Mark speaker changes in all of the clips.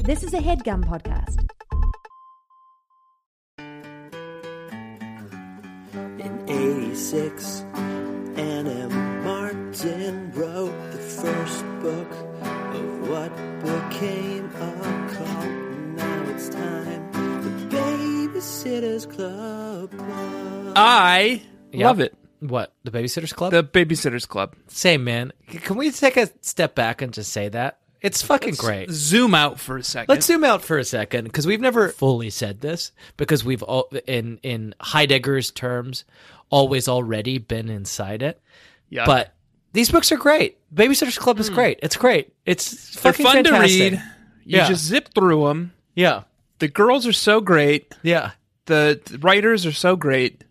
Speaker 1: This is a headgum podcast.
Speaker 2: In 86, Anna Martin wrote the first book of what became a cult. Now it's time, the Babysitter's Club.
Speaker 3: I
Speaker 4: Yep.
Speaker 3: love it.
Speaker 4: What the Babysitters Club?
Speaker 3: The Babysitters Club.
Speaker 4: Same man. C- Can we take a step back and just say that it's fucking great?
Speaker 3: Zoom out for a 2nd
Speaker 4: Let's zoom out for a second because we've never fully said this because we've all in in Heidegger's terms always already been inside it.
Speaker 3: Yeah. Hmm.
Speaker 4: But these books are great. Babysitters Club is great. It's great. It's
Speaker 3: they're
Speaker 4: fucking
Speaker 3: fun
Speaker 4: fantastic.
Speaker 3: to read. You
Speaker 4: Yeah.
Speaker 3: just zip through them.
Speaker 4: Yeah.
Speaker 3: The girls are so great.
Speaker 4: Yeah.
Speaker 3: The, the writers are so great.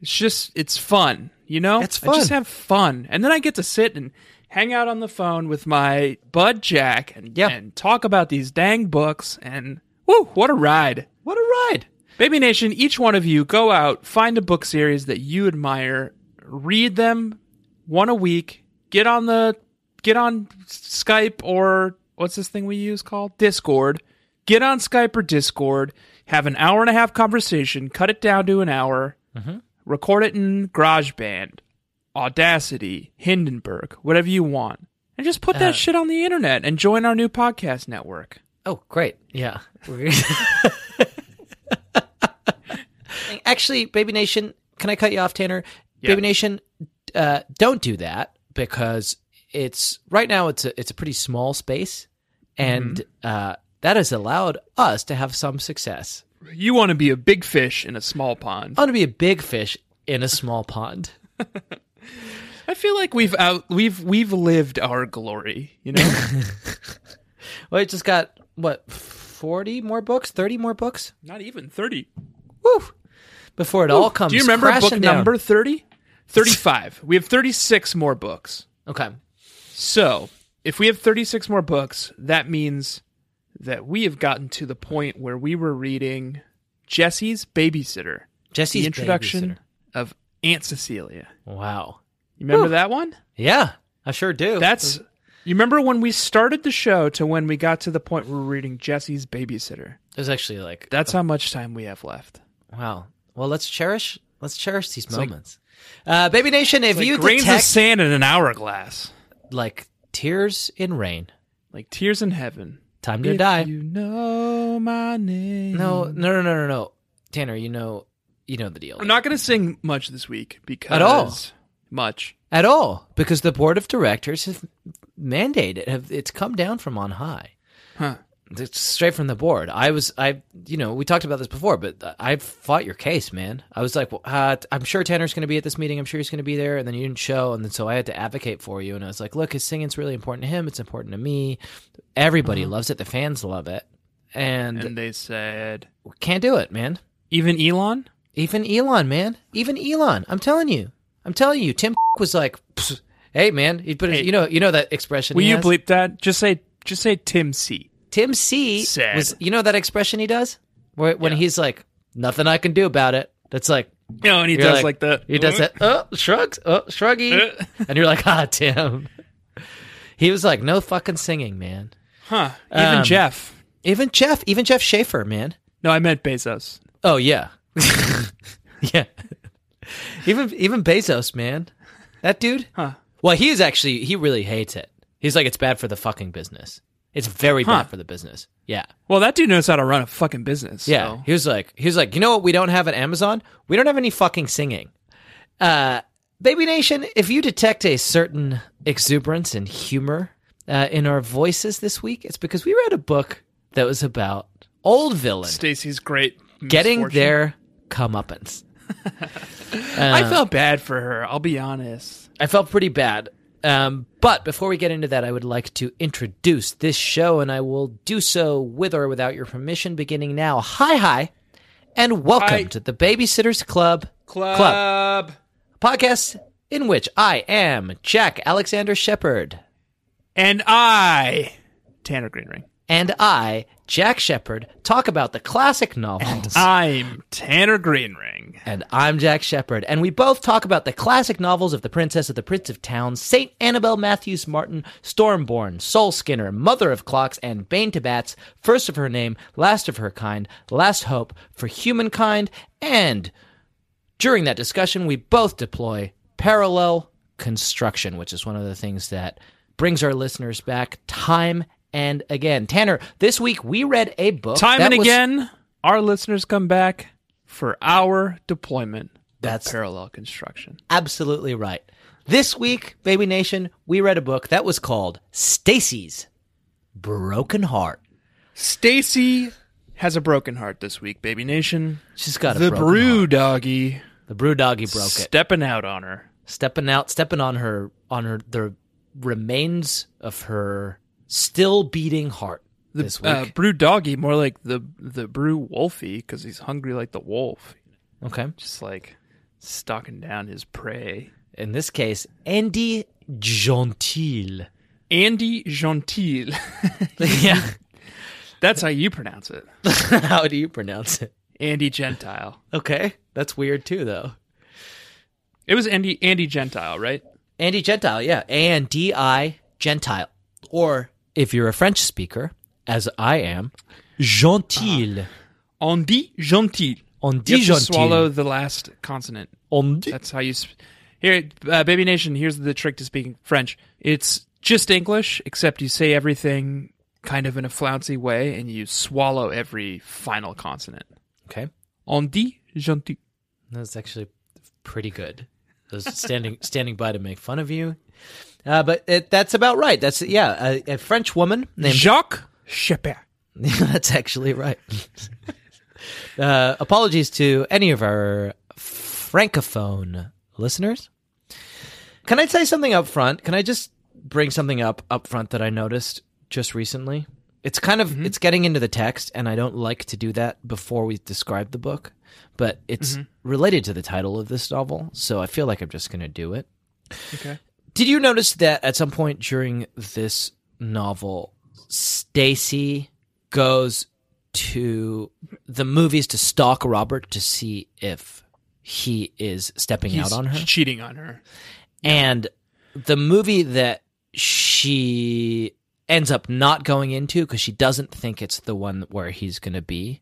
Speaker 3: It's just it's fun, you know.
Speaker 4: It's
Speaker 3: I just
Speaker 4: fun.
Speaker 3: have fun, and then I get to sit and hang out on the phone with my bud Jack and
Speaker 4: Yeah.
Speaker 3: and talk about these dang books. And woo, what a ride!
Speaker 4: What a ride.
Speaker 3: Baby Nation, each one of you go out, find a book series that you admire, read them one a week, get on the get on Skype or what's this thing we use called? Discord. Get on Skype or Discord, have an hour and a half conversation, cut it down to an hour, record it in GarageBand, Audacity, Hindenburg, whatever you want. And just put that shit on the internet and join our new podcast network.
Speaker 4: Oh, great. Yeah. Actually, Baby Nation, can I cut you off, Tanner?
Speaker 3: Yeah.
Speaker 4: Baby Nation, uh, don't do that because it's right now it's a, it's a pretty small space and
Speaker 3: Mm-hmm.
Speaker 4: uh, that has allowed us to have some success.
Speaker 3: You want to be a big fish in a small pond.
Speaker 4: I want to be a big fish in a small pond.
Speaker 3: I feel like we've out we've we've lived our glory, you know.
Speaker 4: Well, it just got what 40 more books, 30 more books
Speaker 3: Not even 30.
Speaker 4: Woo! before it all comes
Speaker 3: Do you remember book
Speaker 4: crashing down.
Speaker 3: number 30? 35. we have 36 more books.
Speaker 4: Okay.
Speaker 3: So, if we have 36 more books, that means that we have gotten to the point where we were reading Jesse's Babysitter,
Speaker 4: Jesse's
Speaker 3: the introduction
Speaker 4: Babysitter.
Speaker 3: of Aunt Cecilia.
Speaker 4: Wow.
Speaker 3: You remember that one?
Speaker 4: Yeah, I sure do.
Speaker 3: That's You remember when we started the show to when we got to the point where we were reading Jesse's Babysitter?
Speaker 4: it was actually like
Speaker 3: That's how much time we have left.
Speaker 4: wow. Well, let's cherish let's cherish these moments. uh, Baby Nation, if
Speaker 3: Like
Speaker 4: you
Speaker 3: grains of
Speaker 4: detect
Speaker 3: sand in an hourglass,
Speaker 4: like tears in rain,
Speaker 3: like tears in heaven.
Speaker 4: time to die.
Speaker 3: You know my name.
Speaker 4: No, no, no, no, no, no. Tanner, you know, you know the deal
Speaker 3: I'm not going to sing much this week because
Speaker 4: At all.
Speaker 3: much.
Speaker 4: at all because the board of directors have mandated have it's come down from on high.
Speaker 3: Huh.
Speaker 4: It's straight from the board. I was, I, you know, we talked about this before, but I fought your case, man. I was like, well, uh, I'm sure Tanner's going to be at this meeting. I'm sure he's going to be there. And then you didn't show. And then so I had to advocate for you. And I was like, look, his singing's really important to him. It's important to me. Everybody loves it. The fans love it. And,
Speaker 3: Mm-hmm. And they said
Speaker 4: we can't do it, man.
Speaker 3: even Elon.
Speaker 4: Even Elon, man. Even Elon. I'm telling you. I'm telling you. Tim was like, "Psst, hey, man. He put, it-
Speaker 3: Hey.
Speaker 4: you know, you know that expression.
Speaker 3: Will
Speaker 4: he
Speaker 3: you
Speaker 4: has?
Speaker 3: bleep that? Just say just say Tim C.
Speaker 4: Tim C
Speaker 3: Sad.
Speaker 4: was you know that expression he does Where, when
Speaker 3: Yeah.
Speaker 4: he's like nothing I can do about it. That's like
Speaker 3: You know, and he
Speaker 4: you're
Speaker 3: does like, the
Speaker 4: He does that. Oh, shrugs. Oh, shruggy. and you're like, ah, Tim. He was like, no fucking singing, man.
Speaker 3: Huh. Even
Speaker 4: Um,
Speaker 3: Jeff.
Speaker 4: Even Jeff, even Jeff Schaefer, man.
Speaker 3: No, I meant Bezos.
Speaker 4: Oh yeah, yeah. Even even Bezos, man. That dude.
Speaker 3: Huh.
Speaker 4: Well, he is actually he really hates it. He's like, it's bad for the fucking business. It's very
Speaker 3: Huh.
Speaker 4: bad for the business. Yeah.
Speaker 3: Well, that dude knows how to run a fucking business.
Speaker 4: Yeah,
Speaker 3: so.
Speaker 4: he was like, he was like, you know what? We don't have at Amazon. We don't have any fucking singing. Uh, Baby Nation, if you detect a certain exuberance and humor uh, in our voices this week, it's because we read a book that was about old villains
Speaker 3: Stacy's great.
Speaker 4: getting
Speaker 3: misfortune.
Speaker 4: their comeuppance. uh,
Speaker 3: I felt bad for her. I'll be honest.
Speaker 4: I felt pretty bad. Um, but before we get into that, I would like to introduce this show, and I will do so with or without your permission beginning now. Hi, hi, and welcome
Speaker 3: Hi.
Speaker 4: to the Babysitters Club Club
Speaker 3: Club.
Speaker 4: podcast, in which I am Jack Alexander Shepard.
Speaker 3: And I, Tanner Greenring.
Speaker 4: and I, Jack Shepard, talk about the classic novels.
Speaker 3: Ah, I'm Tanner Greenring.
Speaker 4: And I'm Jack Shepard, and we both talk about the classic novels of The Princess of the Prince of Towns, St. Annabel Matthews Martin, Stormborn, Soul Skinner, Mother of Clocks, and Bane to Bats, First of Her Name, Last of Her Kind, Last Hope, For Humankind, and during that discussion, we both deploy parallel construction, which is one of the things that brings our listeners back time and again. Tanner, this week we read a book.
Speaker 3: Time
Speaker 4: that
Speaker 3: and
Speaker 4: was-
Speaker 3: again, our listeners come back for our deployment
Speaker 4: That's-
Speaker 3: of parallel construction.
Speaker 4: absolutely right. This week, Baby Nation, we read a book that was called Stacy's Broken Heart.
Speaker 3: Stacy has a broken heart this week, baby nation.
Speaker 4: She's got a
Speaker 3: the
Speaker 4: broken
Speaker 3: brew
Speaker 4: heart.
Speaker 3: doggy
Speaker 4: The brew doggy broke it.
Speaker 3: stepping out on her.
Speaker 4: Stepping out, stepping on her, on her, the remains of her still beating heart
Speaker 3: The
Speaker 4: this
Speaker 3: uh,
Speaker 4: week.
Speaker 3: brew doggy, more like the the brew wolfie, because he's hungry like the wolf,
Speaker 4: okay.
Speaker 3: just like stalking down his prey.
Speaker 4: In this case, Andy Gentil.
Speaker 3: Andy Gentil,
Speaker 4: yeah.
Speaker 3: that's how you pronounce it.
Speaker 4: How do you pronounce it?
Speaker 3: Andy Gentile.
Speaker 4: Okay. That's weird too, though.
Speaker 3: It was Andy Andy Gentile, right?
Speaker 4: Andy Gentile, yeah. And D I Gentile. Or if you're a French speaker, as I am, Gentil.
Speaker 3: Andy Gentil.
Speaker 4: On
Speaker 3: You
Speaker 4: dit
Speaker 3: have to swallow
Speaker 4: Gentil.
Speaker 3: the last consonant.
Speaker 4: On dit.
Speaker 3: That's how you. Sp- Here, uh, Baby Nation. Here's the trick to speaking French. It's just English, except you say everything kind of in a flouncy way, and you swallow every final consonant.
Speaker 4: Okay.
Speaker 3: On dit gentil.
Speaker 4: That's actually pretty good. I was standing standing by to make fun of you. Uh, but it, that's about right. That's yeah, a, a French woman named
Speaker 3: Jacques Shepard.
Speaker 4: That's actually right. uh, apologies to any of our francophone listeners. Can I say something up front? Can I just bring something up up front that I noticed just recently? It's kind
Speaker 3: Mm-hmm.
Speaker 4: of it's getting into the text, and I don't like to do that before we describe the book, but it's
Speaker 3: Mm-hmm.
Speaker 4: related to the title of this novel, so I feel like I'm just going to do it.
Speaker 3: Okay.
Speaker 4: Did you notice that at some point during this novel, Stacy goes to the movies to stalk Robert to see if he is stepping
Speaker 3: He's
Speaker 4: out on her?
Speaker 3: cheating on her.
Speaker 4: And the movie that she ends up not going into because she doesn't think it's the one where he's going to be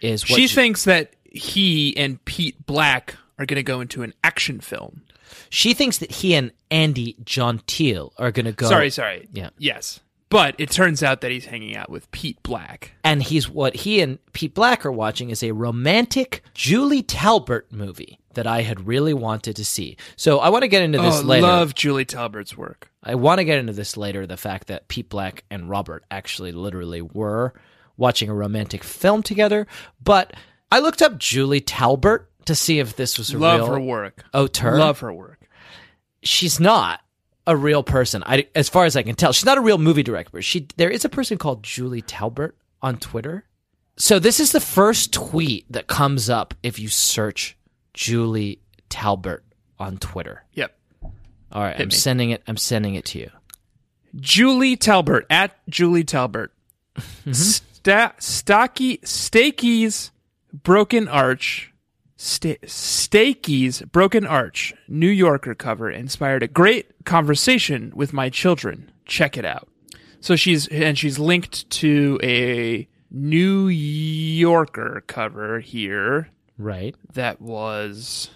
Speaker 4: is what
Speaker 3: she thinks that he and Pete Black are going to go into an action film.
Speaker 4: she thinks that he and Andy Gentile are going to go
Speaker 3: Sorry, sorry.
Speaker 4: Yeah.
Speaker 3: Yes. But it turns out that he's hanging out with Pete Black.
Speaker 4: and he's what he and Pete Black are watching is a romantic Julie Talbert movie that I had really wanted to see. So I want to get into this
Speaker 3: oh,
Speaker 4: later.
Speaker 3: love Julie Talbert's work.
Speaker 4: I want to get into this later the fact that Pete Black and Robert actually literally were watching a romantic film together, but I looked up Julie Talbert to see if this was a
Speaker 3: Love
Speaker 4: real Oh,
Speaker 3: her work.
Speaker 4: auteur.
Speaker 3: Love her work.
Speaker 4: she's not a real person. I, as far as I can tell, she's not a real movie director. She there is a person called Julie Talbert on Twitter. So this is the first tweet that comes up if you search Julie Talbert on Twitter.
Speaker 3: Yep.
Speaker 4: All right, I'm
Speaker 3: me.
Speaker 4: sending it. I'm sending it to you.
Speaker 3: Julie Talbert at Julie Talbert. Sta- stocky Stakey's Broken Arch. Sta- Stakey's Broken Arch New Yorker cover inspired a great conversation with my children. Check it out. So she's and she's linked to a New Yorker cover here
Speaker 4: Right.
Speaker 3: that was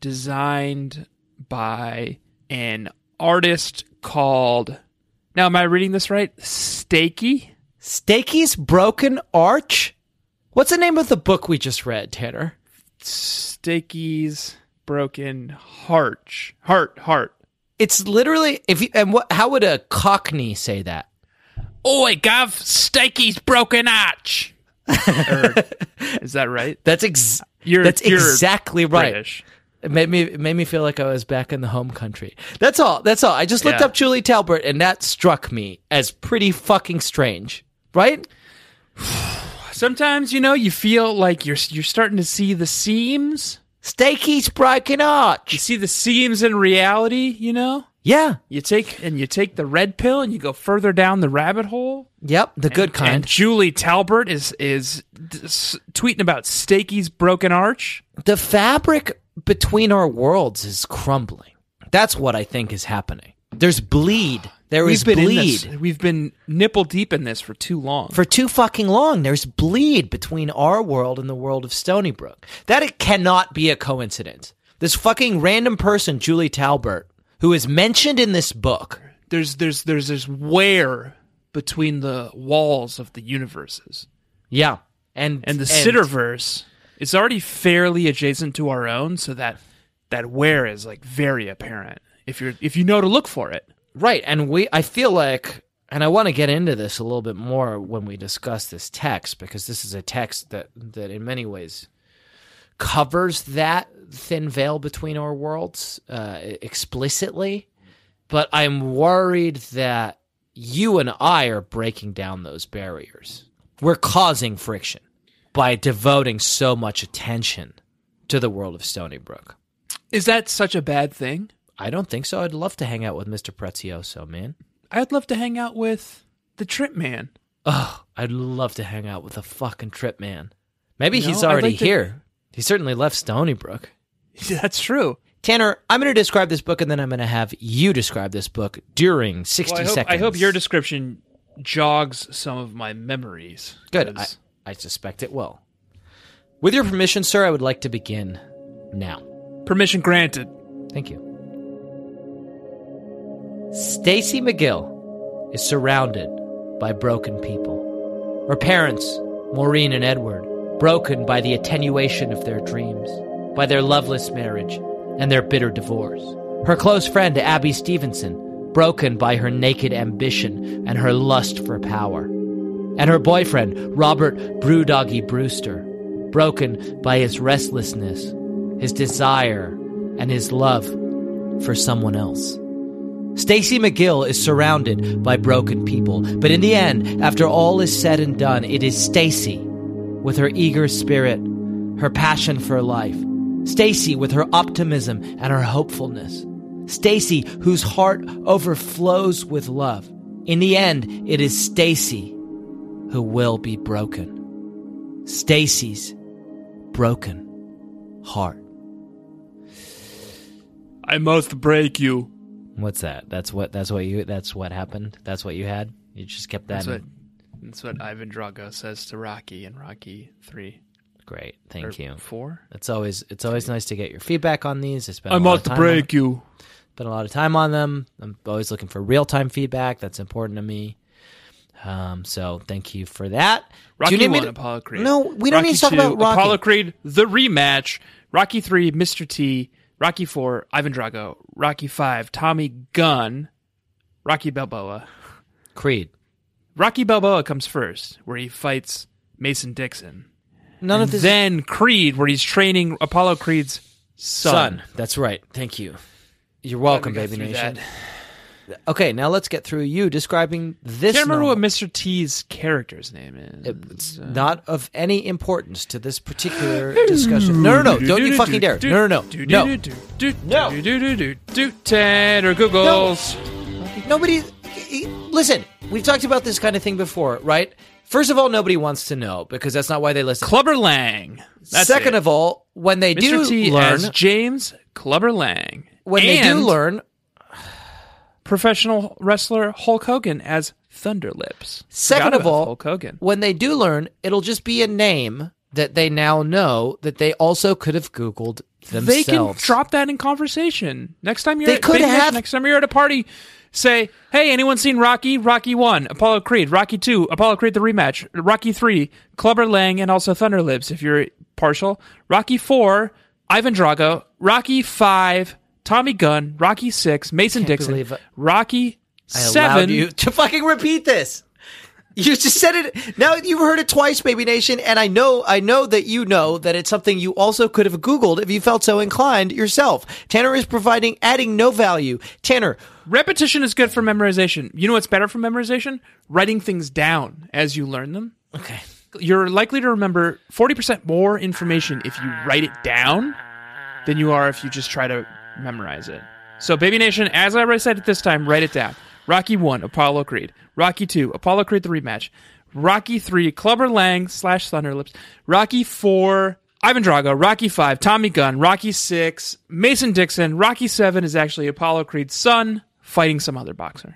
Speaker 3: designed by an artist called now am i reading this right stakey
Speaker 4: Stakey's Broken Arch. What's the name of the book we just read, Tanner?
Speaker 3: stakey's broken heart heart heart
Speaker 4: It's literally if you and what how would a cockney say that?
Speaker 3: oi gov stakey's broken arch Or- is that right
Speaker 4: That's ex-
Speaker 3: You're-
Speaker 4: that's
Speaker 3: you're
Speaker 4: exactly right.
Speaker 3: British.
Speaker 4: It made me it made me feel like I was back in the home country. That's all. That's all. I just looked
Speaker 3: Yeah.
Speaker 4: up Julie Talbert and that struck me as pretty fucking strange. Right?
Speaker 3: sometimes you know you feel like you're you're starting to see the seams
Speaker 4: Stakey's broken
Speaker 3: you
Speaker 4: arch.
Speaker 3: see the seams in reality you know
Speaker 4: Yeah.
Speaker 3: you take and you take the red pill and you go further down the rabbit hole
Speaker 4: Yep, the good
Speaker 3: And
Speaker 4: kind.
Speaker 3: Julie Talbert is is d- s- tweeting about Stakey's broken arch.
Speaker 4: the fabric between our worlds is crumbling. That's what I think is happening. There's bleed. There is
Speaker 3: been in
Speaker 4: bleed.
Speaker 3: this- we've been nipple deep in this for too long.
Speaker 4: for too fucking long. There's bleed between our world and the world of Stony Brook. That it cannot be a coincidence. This fucking random person, Julie Talbert, who is mentioned in this book.
Speaker 3: there's there's there's this wear between the walls of the universes
Speaker 4: Yeah. And
Speaker 3: and the Sitterverse is already fairly adjacent to our own, so that that wear is like very apparent if you're if you know to look for it.
Speaker 4: Right. And we I feel like and I want to get into this a little bit more when we discuss this text because this is a text that that in many ways covers that thin veil between our worlds uh, explicitly. But I'm worried that you and I are breaking down those barriers. We're causing friction by devoting so much attention to the world of Stony Brook.
Speaker 3: Is that such a bad thing?
Speaker 4: I don't think so. I'd love to hang out with Mr. Prezioso, man.
Speaker 3: I'd love to hang out with the Trip Man.
Speaker 4: Oh, I'd love to hang out with a fucking trip man. Maybe
Speaker 3: No,
Speaker 4: he's
Speaker 3: I'd
Speaker 4: already
Speaker 3: like to-
Speaker 4: here. He certainly left Stony Brook.
Speaker 3: That's true.
Speaker 4: Tanner, I'm going to describe this book and then I'm going to have you describe this book during 60
Speaker 3: Well, I, hope,
Speaker 4: seconds.
Speaker 3: I hope your description jogs some of my memories.
Speaker 4: Good. I,
Speaker 3: 'Cause
Speaker 4: I suspect it will. With your permission, sir, I would like to begin now.
Speaker 3: Permission granted.
Speaker 4: Thank you. Stacy McGill is surrounded by broken people. Her parents, Maureen and Edward, broken by the attenuation of their dreams, by their loveless marriage, and their bitter divorce. Her close friend, Abby Stevenson, broken by her naked ambition and her lust for power. And her boyfriend, Robert Brewdoggy Brewster, broken by his restlessness, his desire, and his love for someone else. Stacy McGill is surrounded by broken people, but in the end, after all is said and done, it is Stacy with her eager spirit, her passion for life, Stacy with her optimism and her hopefulness, Stacy whose heart overflows with love. In the end, it is Stacy who will be broken. Stacy's broken heart.
Speaker 3: I must break you.
Speaker 4: What's that? That's what. That's what you. That's what happened. That's what you had. You just kept that.
Speaker 3: That's what,
Speaker 4: in.
Speaker 3: that's what Ivan Drago says to Rocky in Rocky 3.
Speaker 4: Great.
Speaker 3: or
Speaker 4: Thank you.
Speaker 3: 4?
Speaker 4: It's always. It's always nice to get your feedback on these. It's been.
Speaker 3: I
Speaker 4: a lot
Speaker 3: must
Speaker 4: of time
Speaker 3: break you.
Speaker 4: On, spent a lot of time on them. I'm always looking for real time feedback. That's important to me. Um. So thank you for that.
Speaker 3: Rocky
Speaker 4: Do you need me
Speaker 3: 1,
Speaker 4: to-
Speaker 3: Apollo Creed.
Speaker 4: No, we don't
Speaker 3: Rocky
Speaker 4: need to talk
Speaker 3: 2,
Speaker 4: about Rocky.
Speaker 3: Apollo Creed, the rematch. Rocky 3, Mr. T. Rocky 4, Ivan Drago. Rocky 5, Tommy Gunn. Rocky Balboa.
Speaker 4: Creed.
Speaker 3: Rocky Balboa comes first, where he fights Mason Dixon.
Speaker 4: None
Speaker 3: And
Speaker 4: of this.
Speaker 3: then Creed, where he's training Apollo Creed's son.
Speaker 4: Son. That's right. Thank you. You're
Speaker 3: Glad we
Speaker 4: welcome,
Speaker 3: got
Speaker 4: baby
Speaker 3: through
Speaker 4: nation.
Speaker 3: that.
Speaker 4: Okay, now let's get through you describing this.
Speaker 3: Can't remember
Speaker 4: novel.
Speaker 3: what Mr. T's character's name is.
Speaker 4: It's
Speaker 3: Uh,
Speaker 4: not of any importance to this particular discussion. No, no, no! Don't you fucking dare! No, no, no, no! No.
Speaker 3: no. Tanner Googles.
Speaker 4: Nobody. Listen, we've talked about this kind of thing before, right? First of all, nobody wants to know because that's not why they listen.
Speaker 3: Clubber Lang. That's
Speaker 4: Second
Speaker 3: it.
Speaker 4: of all, when they do
Speaker 3: Mr. T
Speaker 4: learn,
Speaker 3: as James Clubber Lang.
Speaker 4: when they do
Speaker 3: And
Speaker 4: learn,
Speaker 3: professional wrestler Hulk Hogan as Thunderlips.
Speaker 4: Second
Speaker 3: Forgot
Speaker 4: of
Speaker 3: about
Speaker 4: all,
Speaker 3: Hulk Hogan.
Speaker 4: when they do learn, it'll just be a name that they now know that they also could have Googled themselves.
Speaker 3: They can drop that in conversation. Next time you're
Speaker 4: They
Speaker 3: at,
Speaker 4: could
Speaker 3: Baby Nation,
Speaker 4: have-
Speaker 3: next time you're at a party, say, "Hey, anyone seen Rocky? Rocky 1, Apollo Creed, Rocky 2, Apollo Creed the rematch, Rocky 3, Clubber Lang and also Thunderlips if you're partial, Rocky 4, Ivan Drago, Rocky 5, Tommy Gunn, Rocky 6, Mason Dixon,
Speaker 4: believe I-
Speaker 3: Rocky
Speaker 4: I
Speaker 3: 7."
Speaker 4: allowed you to fucking repeat this. You just said it. Now you've heard it twice, baby nation, and I know, I know that you know that it's something you also could have Googled if you felt so inclined yourself. Tanner is providing, adding no value. Tanner,
Speaker 3: Repetition is good for memorization. You know what's better for memorization? Writing things down as you learn them.
Speaker 4: okay,
Speaker 3: You're likely to remember 40% more information if you write it down than you are if you just try to memorize it. So, Baby Nation, as I already said it this time, write it down. Rocky One, Apollo Creed. Rocky Two, Apollo Creed the rematch. Rocky Three, Clubber Lang slash Thunderlips. Rocky Four, Ivan Drago. Rocky Five, Tommy Gunn. Rocky Six, Mason Dixon. Rocky Seven is actually Apollo Creed's son fighting some other boxer.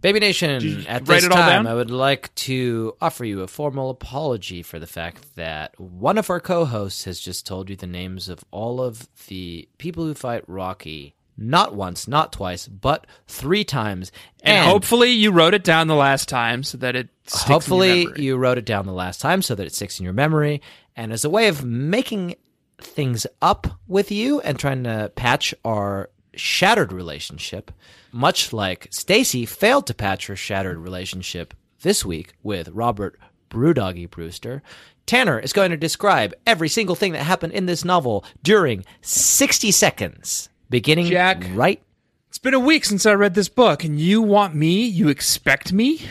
Speaker 4: Baby Nation,
Speaker 3: you
Speaker 4: at
Speaker 3: write
Speaker 4: this
Speaker 3: it all
Speaker 4: time,
Speaker 3: down?
Speaker 4: I would like to offer you a formal apology for the fact that one of our co hosts has just told you the names of all of the people who fight Rocky, not once, not twice, but three times.
Speaker 3: And, hopefully you wrote it down the last time so that it sticks in your
Speaker 4: hopefully
Speaker 3: memory.
Speaker 4: you wrote it down the last time so that it sticks in your memory. And as a way of making things up with you and trying to patch our shattered relationship, much like Stacy failed to patch her shattered relationship this week with Robert Brewdoggy Brewster, Tanner is going to describe every single thing that happened in this novel during 60 seconds, beginning
Speaker 3: Jack.
Speaker 4: right
Speaker 3: It's been a week since I read this book, and you want me? You expect me?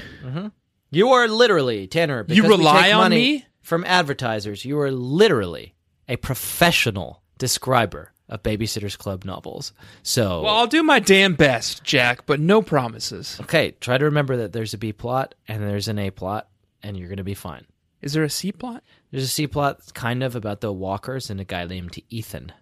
Speaker 4: You are literally Tanner. Because
Speaker 3: You
Speaker 4: we
Speaker 3: rely
Speaker 4: take
Speaker 3: on
Speaker 4: money
Speaker 3: me?
Speaker 4: from advertisers. You are literally a professional describer of Babysitters Club novels. So
Speaker 3: Well, I'll do my damn best, Jack, but no promises.
Speaker 4: okay, try to remember that there's a B plot and there's an A plot, and you're gonna be fine.
Speaker 3: Is there a C plot?
Speaker 4: There's a C plot that's kind of about the Walkers and a guy named Ethan.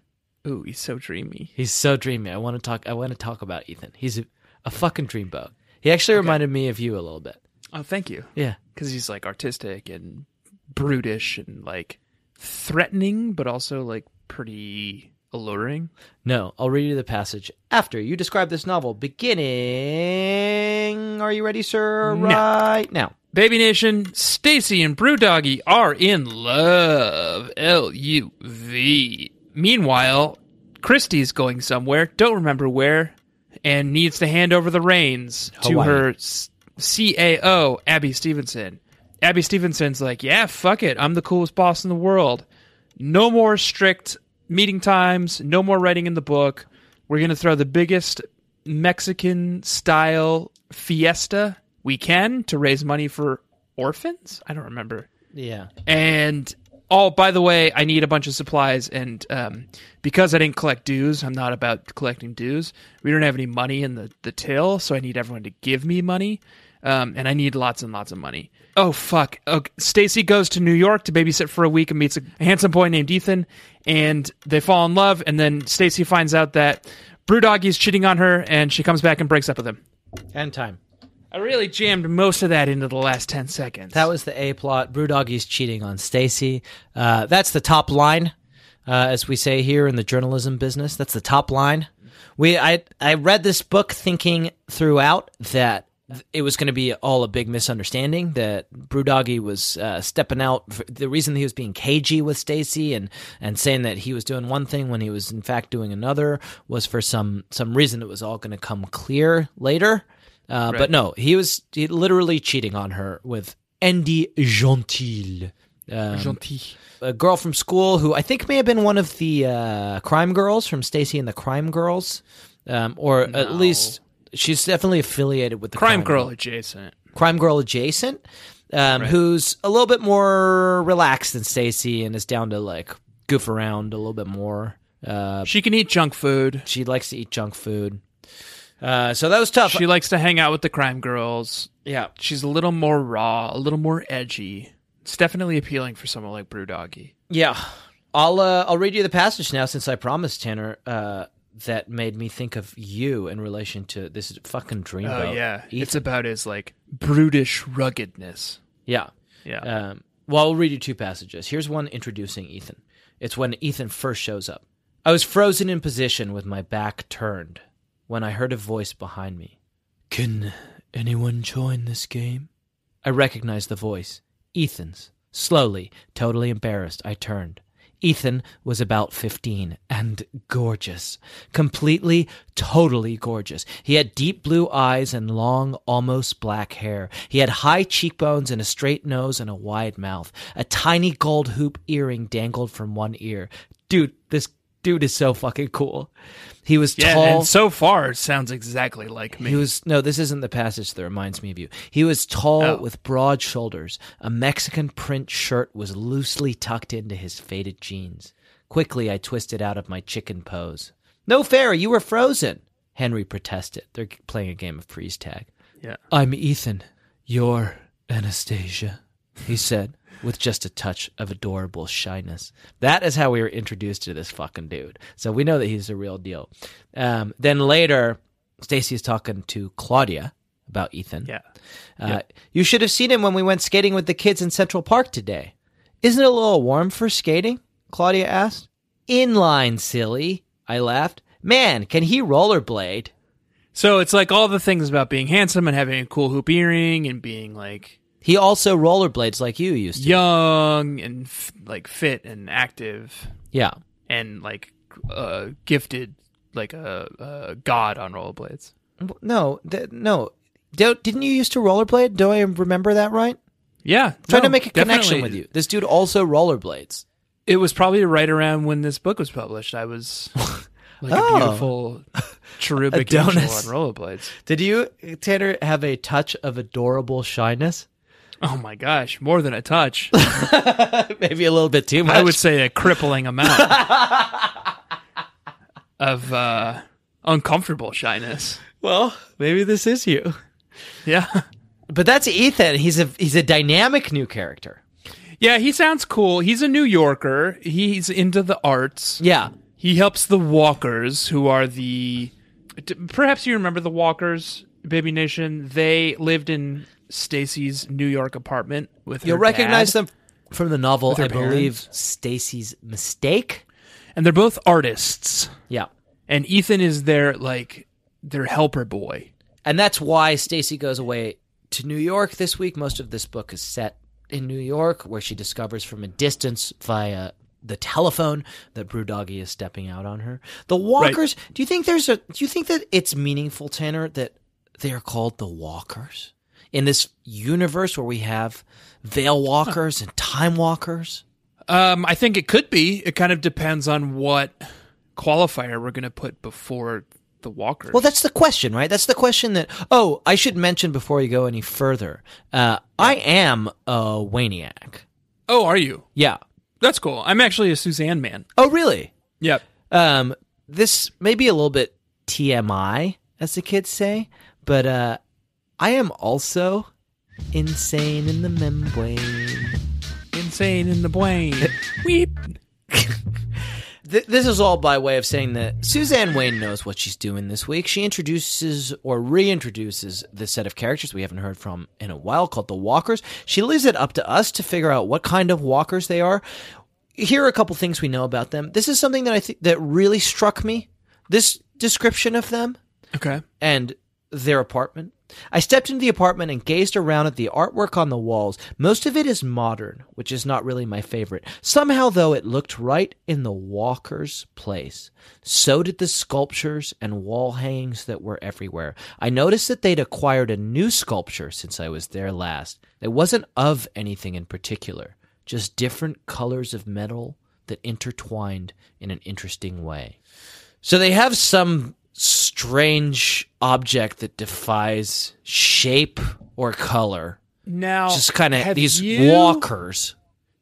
Speaker 3: Ooh, he's so dreamy.
Speaker 4: He's so dreamy. I want to talk. I want to talk about Ethan. He's a, a fucking dreamboat. He actually reminded me of you a little bit.
Speaker 3: Oh, thank you.
Speaker 4: Yeah.
Speaker 3: Because he's like artistic and brutish and like threatening, but also like pretty alluring.
Speaker 4: No, I'll read you the passage after you describe this novel beginning. Are you ready, sir?
Speaker 3: No.
Speaker 4: Right now.
Speaker 3: Baby Nation, Stacy and Brewdoggy are in love. L U V. Meanwhile, Christy's going somewhere, don't remember where, and needs to hand over the reins to
Speaker 4: Hawaii.
Speaker 3: her s- CAO, Abby Stevenson. Abby Stevenson's like, yeah, fuck it. I'm the coolest boss in the world. No more strict meeting times, no more writing in the book. We're going to throw the biggest Mexican style fiesta we can to raise money for orphans. I don't remember.
Speaker 4: Yeah.
Speaker 3: And oh, by the way, I need a bunch of supplies. And um, because I didn't collect dues, I'm not about collecting dues. We don't have any money in the, the till, so I need everyone to give me money. Um, and I need lots and lots of money. Oh fuck! Okay. Stacy goes to New York to babysit for a week and meets a handsome boy named Ethan, and they fall in love. And then Stacy finds out that Brewdoggy's cheating on her, and she comes back and breaks up with him.
Speaker 4: And time.
Speaker 3: I really jammed most of that into the last ten seconds.
Speaker 4: That was the A plot. Brewdoggy's cheating on Stacy. Uh, that's the top line, uh, as we say here in the journalism business. That's the top line. We I I read this book thinking throughout that it was going to be all a big misunderstanding that Brewdoggy was uh, stepping out. For the reason he was being cagey with Stacy and and saying that he was doing one thing when he was in fact doing another was for some some reason it was all going to come clear later. Uh, But no, he was he literally cheating on her with Andy Gentil, um,
Speaker 3: Gentil.
Speaker 4: a girl from school who I think may have been one of the uh, crime girls from Stacy and the Crime Girls, um, or at least she's definitely affiliated with the
Speaker 3: Crime Girl
Speaker 4: Girl
Speaker 3: adjacent.
Speaker 4: crime girl adjacent, um, who's a little bit more relaxed than Stacy and is down to like goof around a little bit more. Uh,
Speaker 3: She can eat junk food.
Speaker 4: she likes to eat junk food. Uh, so that was tough.
Speaker 3: She likes to hang out with the crime girls.
Speaker 4: yeah.
Speaker 3: She's a little more raw, a little more edgy. It's definitely appealing for someone like Brewdoggy.
Speaker 4: Yeah. I'll uh, I'll read you the passage now since I promised Tanner uh, that made me think of you in relation to this fucking dream.
Speaker 3: Oh
Speaker 4: about
Speaker 3: yeah, it's
Speaker 4: Ethan.
Speaker 3: about his like brutish ruggedness.
Speaker 4: yeah.
Speaker 3: Yeah,
Speaker 4: Um, well, I'll read you two passages. Here's one introducing Ethan. It's when Ethan first shows up. I was frozen in position with my back turned when I heard a voice behind me. Can anyone join this game? I recognized the voice. Ethan's. Slowly, totally embarrassed, I turned. Ethan was about 15 and gorgeous. Completely, totally gorgeous. He had deep blue eyes and long, almost black hair. He had high cheekbones and a straight nose and a wide mouth. A tiny gold hoop earring dangled from one ear. Dude, this dude is so fucking cool. He was
Speaker 3: yeah.
Speaker 4: tall.
Speaker 3: And so far, it sounds exactly like me.
Speaker 4: He was no, this isn't the passage that reminds me of you. He was tall
Speaker 3: Oh.
Speaker 4: with broad shoulders. A Mexican print shirt was loosely tucked into his faded jeans. Quickly I twisted out of my chicken pose. No fair, you were frozen, Henry protested. They're playing a game of freeze tag.
Speaker 3: Yeah.
Speaker 4: I'm Ethan. You're Anastasia, he said, with just a touch of adorable shyness. That is how we were introduced to this fucking dude. So we know that he's the real deal. Um, then later, Stacy is talking to Claudia about Ethan.
Speaker 3: Yeah.
Speaker 4: Uh, You should have seen him when we went skating with the kids in Central Park today. Isn't it a little warm for skating? Claudia asked. Inline, silly. I laughed. Man, can he rollerblade?
Speaker 3: So it's like all the things about being handsome and having a cool hoop earring and being like
Speaker 4: He also rollerblades like you used to.
Speaker 3: young and f- like fit and active
Speaker 4: Yeah.
Speaker 3: and like uh, gifted like a, a god on rollerblades.
Speaker 4: W- No, th- no. Don't, didn't you used to rollerblade? Do I remember that right?
Speaker 3: Yeah,
Speaker 4: Trying
Speaker 3: no,
Speaker 4: to make a
Speaker 3: definitely.
Speaker 4: connection with you. This dude also rollerblades.
Speaker 3: It was probably right around when this book was published. I was like
Speaker 4: Oh.
Speaker 3: a beautiful cherubic angel on
Speaker 4: Adonis.
Speaker 3: rollerblades.
Speaker 4: Did you, Tanner, have a touch of adorable shyness?
Speaker 3: Oh my gosh, more than a touch.
Speaker 4: Maybe a little bit too much.
Speaker 3: I would say a crippling amount of uh, uncomfortable shyness.
Speaker 4: well, maybe this is you.
Speaker 3: Yeah.
Speaker 4: But that's Ethan. He's a he's a dynamic new character.
Speaker 3: Yeah, he sounds cool. He's a New Yorker. He's into the arts.
Speaker 4: Yeah.
Speaker 3: He helps the Walkers, who are the. d- Perhaps you remember the Walkers, Baby Nation. They lived in Stacy's New York apartment with
Speaker 4: You'll
Speaker 3: her
Speaker 4: recognize
Speaker 3: dad.
Speaker 4: them from the novel,
Speaker 3: her
Speaker 4: I believe, Stacy's Mistake.
Speaker 3: And they're both artists.
Speaker 4: Yeah.
Speaker 3: And Ethan is their, like, their helper boy.
Speaker 4: And that's why Stacy goes away to New York this week. Most of this book is set in New York, where she discovers from a distance via the telephone that Brewdoggy is stepping out on her. The Walkers. Do you think there's a? Do you think that it's meaningful, Tanner, that they are called the Walkers in this universe where we have Veil Walkers and Time Walkers?
Speaker 3: Um, I think it could be. It kind of depends on what qualifier we're going to put before the Walkers.
Speaker 4: Well, that's the question, right? That's the question that. Oh, I should mention before you go any further. Uh, I am a Waniac.
Speaker 3: oh, are you?
Speaker 4: Yeah.
Speaker 3: That's cool. I'm actually a Suzanne man.
Speaker 4: Oh, really?
Speaker 3: Yep.
Speaker 4: Um, this may be a little bit TMI, as the kids say, but uh, I am also insane in the membrane.
Speaker 3: Insane in the brain. Weep.
Speaker 4: Th- this is all by way of saying that Suzanne Wayne knows what she's doing this week. She introduces or reintroduces the set of characters we haven't heard from in a while called the Walkers. She leaves it up to us to figure out what kind of walkers they are. Here are a couple things we know about them. This is something that I think that really struck me. This description of them
Speaker 3: Okay.
Speaker 4: and their apartment. I stepped into the apartment and gazed around at the artwork on the walls. Most of it is modern, which is not really my favorite. Somehow, though, it looked right in the walker's place. So did the sculptures and wall hangings that were everywhere. I noticed that they'd acquired a new sculpture since I was there last. It wasn't of anything in particular, just different colors of metal that intertwined in an interesting way. So they have some strange object that defies shape or color.
Speaker 3: Now,
Speaker 4: Just kind of
Speaker 3: Oh, have
Speaker 4: these
Speaker 3: you-
Speaker 4: walkers.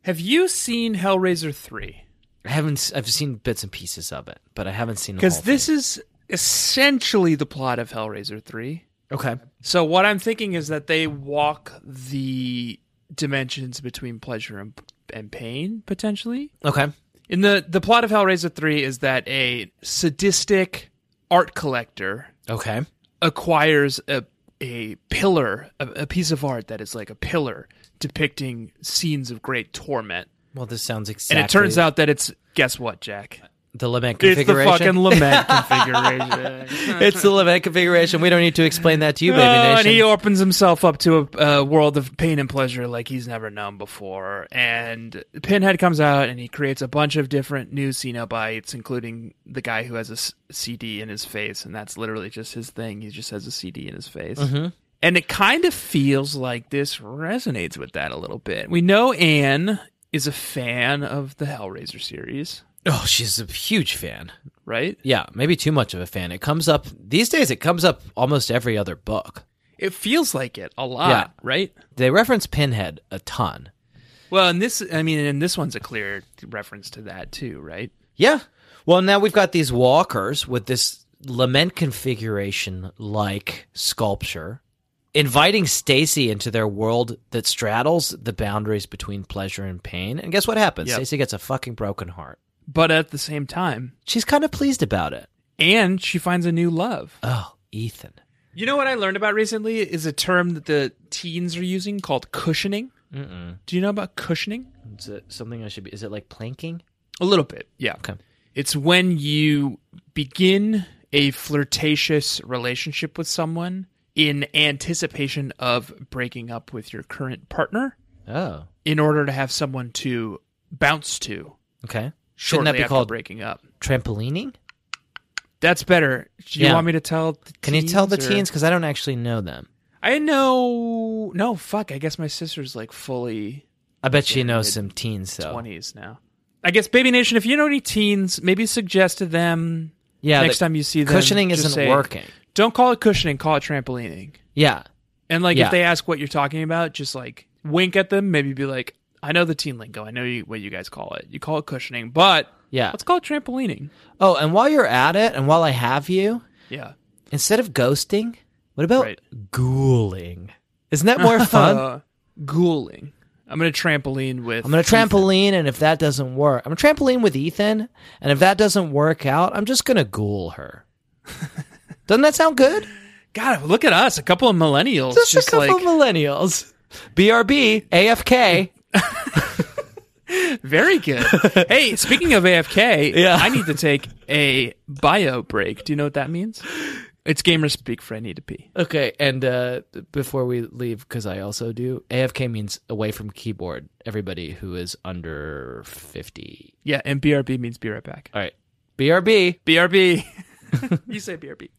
Speaker 3: Have you seen Hellraiser three?
Speaker 4: I haven't. s- I've seen bits and pieces of it, but I haven't seen
Speaker 3: Because this is essentially the plot of Hellraiser three.
Speaker 4: okay.
Speaker 3: So what I'm thinking is that they walk the dimensions between pleasure and, and pain potentially.
Speaker 4: Okay.
Speaker 3: In the the plot of Hellraiser 3 is that a sadistic art collector
Speaker 4: Okay.
Speaker 3: acquires a a pillar, a, a piece of art that is like a pillar depicting scenes of great torment.
Speaker 4: Well, this sounds exactly.
Speaker 3: And it turns out that it's guess what, Jack?
Speaker 4: the lament
Speaker 3: It's the
Speaker 4: configuration.
Speaker 3: fucking lament configuration.
Speaker 4: it's the lament configuration. We don't need to explain that to you,
Speaker 3: Oh,
Speaker 4: baby
Speaker 3: and
Speaker 4: nation.
Speaker 3: he opens himself up to a, a world of pain and pleasure like he's never known before. And Pinhead comes out and he creates a bunch of different new Cenobites, including the guy who has a s- CD in his face, and that's literally just his thing. He just has a CD in his face.
Speaker 4: Mm-hmm.
Speaker 3: And it kind of feels like this resonates with that a little bit. We know Anne is a fan of the Hellraiser series,
Speaker 4: oh, she's a huge fan.
Speaker 3: right?
Speaker 4: Yeah, maybe too much of a fan. It comes up these days. It comes up almost every other book.
Speaker 3: It feels like it a lot,
Speaker 4: Yeah.
Speaker 3: right?
Speaker 4: They reference Pinhead a ton.
Speaker 3: Well, and this, I mean, and this one's a clear reference to that too, right?
Speaker 4: Yeah. Well, now we've got these walkers with this lament configuration like sculpture. inviting Stacy into their world that straddles the boundaries between pleasure and pain. And guess what happens?
Speaker 3: Yep.
Speaker 4: Stacy gets a fucking broken heart.
Speaker 3: But at the same time,
Speaker 4: She's kind of pleased about it.
Speaker 3: and she finds a new love.
Speaker 4: Oh, Ethan.
Speaker 3: You know what I learned about recently is a term that the teens are using called cushioning.
Speaker 4: Mm-mm.
Speaker 3: Do you know about cushioning?
Speaker 4: Is it something I should be? Is it like planking?
Speaker 3: A little bit, yeah.
Speaker 4: Okay.
Speaker 3: It's when you begin a flirtatious relationship with someone in anticipation of breaking up with your current partner
Speaker 4: Oh,
Speaker 3: in order to have someone to bounce to
Speaker 4: okay.
Speaker 3: shortly
Speaker 4: Shouldn't that be
Speaker 3: after
Speaker 4: called
Speaker 3: breaking up.
Speaker 4: trampolining?
Speaker 3: That's better. Do you
Speaker 4: Yeah.
Speaker 3: want me to tell? The
Speaker 4: Can you tell the
Speaker 3: or-
Speaker 4: teens? Because I don't actually know them.
Speaker 3: I know. No, fuck. I guess my sister's like fully
Speaker 4: I bet she knows some teens though.
Speaker 3: twenties now. I guess Baby Nation, if you know any teens, maybe suggest to them
Speaker 4: Yeah.
Speaker 3: next
Speaker 4: that-
Speaker 3: time you see them.
Speaker 4: cushioning
Speaker 3: just
Speaker 4: isn't
Speaker 3: say,
Speaker 4: working.
Speaker 3: Don't call it cushioning. Call it trampolining.
Speaker 4: Yeah.
Speaker 3: And like
Speaker 4: Yeah.
Speaker 3: if they ask what you're talking about, just like wink at them. Maybe be like, I know the teen lingo. I know you, what you guys call it. You call it cushioning, but
Speaker 4: Yeah.
Speaker 3: let's call it trampolining.
Speaker 4: Oh, and while you're at it, and while I have you,
Speaker 3: Yeah.
Speaker 4: instead of ghosting, what about
Speaker 3: Right.
Speaker 4: ghouling? Isn't that more fun?
Speaker 3: Uh, ghouling. I'm gonna trampoline with.
Speaker 4: I'm gonna
Speaker 3: Ethan.
Speaker 4: trampoline, and if that doesn't work, I'm gonna trampoline with Ethan, and if that doesn't work out, I'm just gonna ghoul her. doesn't that sound good?
Speaker 3: God, look at us, a couple of millennials.
Speaker 4: Just,
Speaker 3: just
Speaker 4: a couple
Speaker 3: like,
Speaker 4: of millennials. BRB, AFK.
Speaker 3: Very good. hey, speaking of AFK,
Speaker 4: Yeah.
Speaker 3: I need to take a bio break. Do you know what that means? It's gamer speak for I need to pee.
Speaker 4: Okay, and uh, before we leave, because I also do, AFK means away from keyboard. Everybody who is under 50.
Speaker 3: Yeah, and BRB means be right back.
Speaker 4: All right, BRB.
Speaker 3: BRB. you say BRB.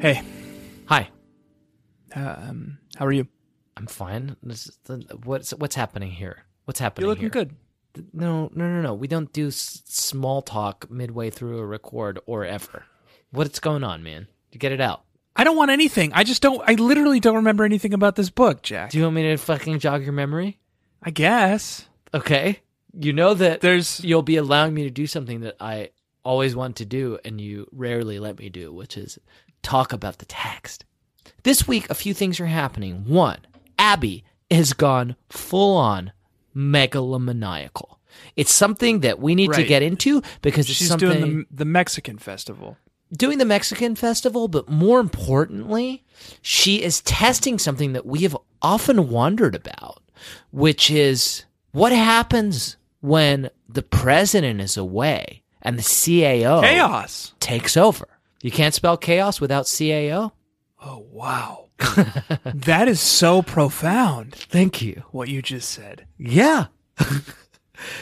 Speaker 3: Hey,
Speaker 4: Hi,
Speaker 3: um, how are you?
Speaker 4: I'm fine. This is the- what's what's happening here? What's happening?
Speaker 3: You're looking
Speaker 4: here?
Speaker 3: good.
Speaker 4: No, no, no, no. We don't do s- small talk midway through a record or ever. What's going on, man? Get it out.
Speaker 3: I don't want anything. I just don't. I literally don't remember anything about this book, Jack.
Speaker 4: Do you want me to fucking jog your memory?
Speaker 3: I guess
Speaker 4: Okay. You know that
Speaker 3: there's.
Speaker 4: you'll be allowing me to do something that I always want to do and you rarely let me do, which is talk about the text. This week, a few things are happening. One, Abby has gone full on megalomaniacal. It's something that we need to
Speaker 3: Right.
Speaker 4: get into because it's
Speaker 3: She's
Speaker 4: something
Speaker 3: doing the, the Mexican festival.
Speaker 4: doing the Mexican festival, but more importantly, she is testing something that we have often wondered about, which is what happens when the president is away and the CAO
Speaker 3: Chaos.
Speaker 4: takes over. You can't spell chaos without CAO.
Speaker 3: Oh, wow. that is so profound,
Speaker 4: Thank you.
Speaker 3: what you just said.
Speaker 4: Yeah.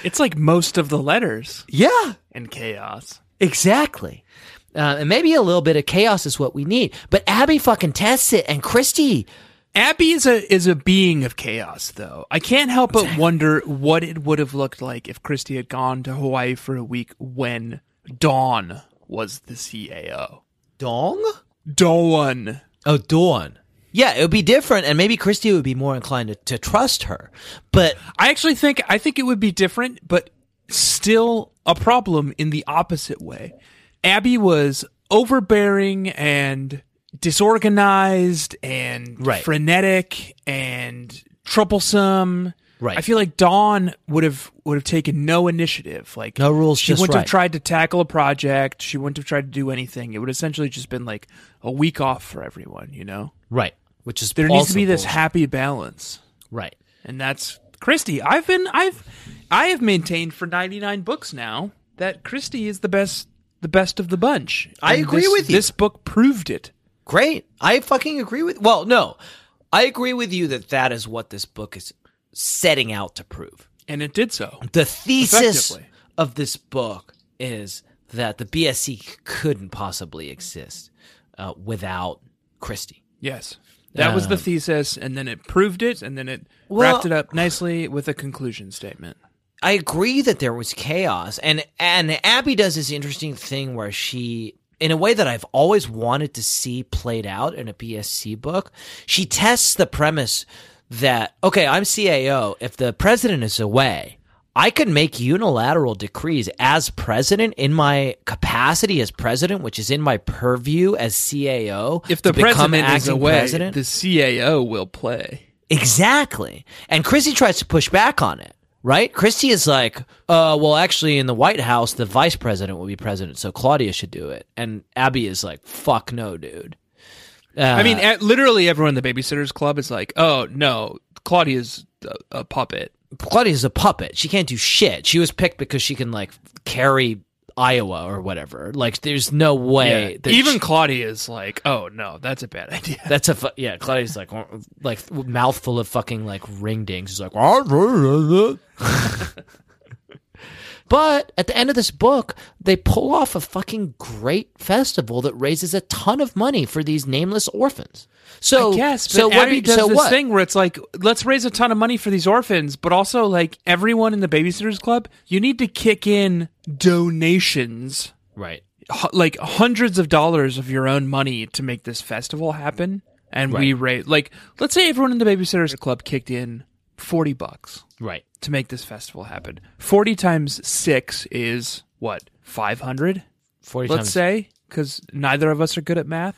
Speaker 3: It's like most of the letters
Speaker 4: Yeah.
Speaker 3: in chaos.
Speaker 4: Exactly. Uh, and maybe a little bit of chaos is what we need. But Abby fucking tests it, and Christy
Speaker 3: Abby is a is a being of chaos though. I can't help but wonder what it would have looked like if Christy had gone to Hawaii for a week when Dawn was the CAO.
Speaker 4: Dong.
Speaker 3: Dawn.
Speaker 4: Oh, Dawn. Yeah, it would be different, and maybe Christy would be more inclined to, to trust her. But
Speaker 3: I actually think I think it would be different, but still a problem in the opposite way. Abby was overbearing and disorganized and
Speaker 4: Right.
Speaker 3: frenetic and troublesome.
Speaker 4: Right.
Speaker 3: I feel like Dawn would have would have taken no initiative. Like
Speaker 4: No rules,
Speaker 3: She
Speaker 4: just
Speaker 3: wouldn't
Speaker 4: right.
Speaker 3: have tried to tackle a project. She wouldn't have tried to do anything. It would essentially just been like a week off for everyone. You know,
Speaker 4: right, which is
Speaker 3: there needs to
Speaker 4: also
Speaker 3: be this
Speaker 4: bullshit.
Speaker 3: happy balance
Speaker 4: right.
Speaker 3: and that's Christy. I've been I've I have maintained for 99 books now that Christy is the best the best of the bunch.
Speaker 4: I
Speaker 3: And
Speaker 4: agree
Speaker 3: this-
Speaker 4: with you.
Speaker 3: This book proved it.
Speaker 4: Great. I fucking agree with. Well, no, I agree with you that that is what this book is setting out to prove.
Speaker 3: And it did so.
Speaker 4: The thesis
Speaker 3: Effectively.
Speaker 4: of this book is that the BSC couldn't possibly exist uh, without Christy.
Speaker 3: Yes. That was the
Speaker 4: Um,
Speaker 3: thesis and then it proved it and then it
Speaker 4: Well-
Speaker 3: wrapped it up nicely with a conclusion statement.
Speaker 4: I agree that there was chaos, and and Abby does this interesting thing where she, in a way that I've always wanted to see played out in a BSC book, she tests the premise that okay, I'm CAO. If the president is away, I could make unilateral decrees as president in my capacity as president, which is in my purview as CAO.
Speaker 3: If the
Speaker 4: to become
Speaker 3: president is
Speaker 4: acting
Speaker 3: away,
Speaker 4: president.
Speaker 3: the CAO will play.
Speaker 4: Exactly. And Christie tries to push back on it, right? Christie is like, uh, well, actually, in the White House, the vice president will be president, so Claudia should do it. And Abby is like, fuck no, dude. Uh,
Speaker 3: I mean, at, literally everyone in the Babysitters Club is like, "Oh no, Claudia's a, a puppet."
Speaker 4: Claudia's a puppet. She can't do shit. She was picked because she can, like, carry Iowa or whatever. Like, there's no way. that
Speaker 3: Even
Speaker 4: she-
Speaker 3: Claudia's like, "Oh no, that's a bad idea."
Speaker 4: that's a fu- yeah. Claudia's like "Oh," like mouthful of fucking like ring dings. She's like, "Ah." but at the end of this book, they pull off a fucking great festival that raises a ton of money for these nameless orphans. So
Speaker 3: Yes, but
Speaker 4: so what? do
Speaker 3: Abby
Speaker 4: you-
Speaker 3: does
Speaker 4: so
Speaker 3: this
Speaker 4: what?
Speaker 3: thing where it's like, let's raise a ton of money for these orphans, but also like everyone in the Babysitters Club, you need to kick in donations,
Speaker 4: Right.
Speaker 3: hu- like hundreds of dollars of your own money to make this festival happen. And we raise like, let's say everyone in the Babysitters Club kicked in forty bucks
Speaker 4: Right.
Speaker 3: to make this festival happen. Forty times six is what five hundred.
Speaker 4: Forty
Speaker 3: Let's
Speaker 4: times. Mm-hmm.
Speaker 3: say because neither of us are good at math.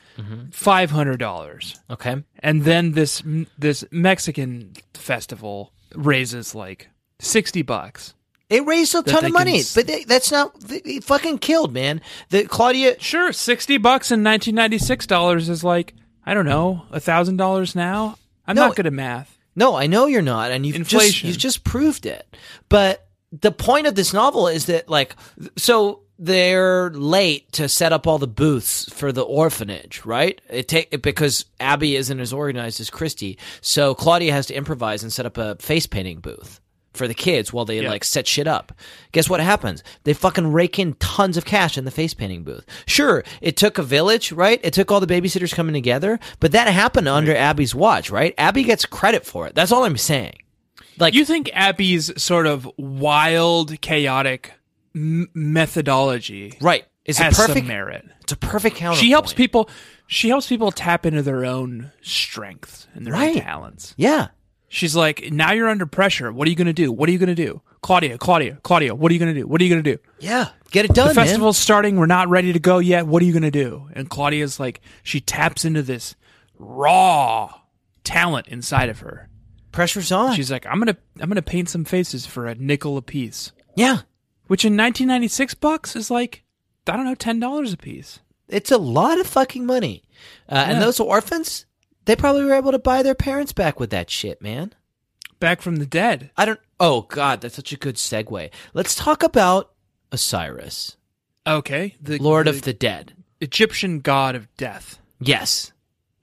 Speaker 3: Five hundred dollars
Speaker 4: okay.
Speaker 3: and then this this Mexican festival raises like sixty bucks.
Speaker 4: It raised a ton
Speaker 3: they
Speaker 4: of
Speaker 3: can
Speaker 4: money,
Speaker 3: s-
Speaker 4: but they, that's not. They, they fucking killed, man. The Claudia
Speaker 3: Sure, sixty bucks in nineteen ninety six dollars is like I don't know a thousand dollars now. I'm
Speaker 4: No.
Speaker 3: not good at math.
Speaker 4: No, I know you're not, and you've just
Speaker 3: Inflation.
Speaker 4: you've just proved it. But the point of this novel is that like th- so they're late to set up all the booths for the orphanage, right? It take because Abby isn't as organized as Christy, so Claudia has to improvise and set up a face painting booth for the kids while they
Speaker 3: Yeah.
Speaker 4: like set shit up. Guess what happens? They fucking rake in tons of cash in the face painting booth. Sure, it took a village, right? It took all the babysitters coming together, but that happened under Abby's watch, right? Abby gets credit for it. That's all I'm saying. Like
Speaker 3: You think Abby's sort of wild, chaotic m- methodology
Speaker 4: right. It's a
Speaker 3: has
Speaker 4: perfect
Speaker 3: some merit?
Speaker 4: it's a perfect counter.
Speaker 3: She helps people. She helps people tap into their own strengths and their own
Speaker 4: Right.
Speaker 3: talents.
Speaker 4: Yeah.
Speaker 3: She's like, now you're under pressure. What are you going to do? What are you going to do? Claudia, Claudia, Claudia, what are you going to do? What are you going to do?
Speaker 4: Yeah. Get it done.
Speaker 3: the
Speaker 4: man.
Speaker 3: festival's starting. We're not ready to go yet. What are you going to do? And Claudia's like, she taps into this raw talent inside of her.
Speaker 4: pressure's on.
Speaker 3: She's like, I'm gonna, I'm gonna paint some faces for a nickel apiece,
Speaker 4: yeah.
Speaker 3: which in 1996 bucks is like, I don't know, ten dollars a piece.
Speaker 4: It's a lot of fucking money. Uh, And
Speaker 3: Yeah.
Speaker 4: those orphans, they probably were able to buy their parents back with that shit, man.
Speaker 3: Back from the dead.
Speaker 4: I don't. Oh God, that's such a good segue. Let's talk about Osiris,
Speaker 3: Okay, the
Speaker 4: Lord of the Dead.
Speaker 3: Egyptian god of death.
Speaker 4: Yes,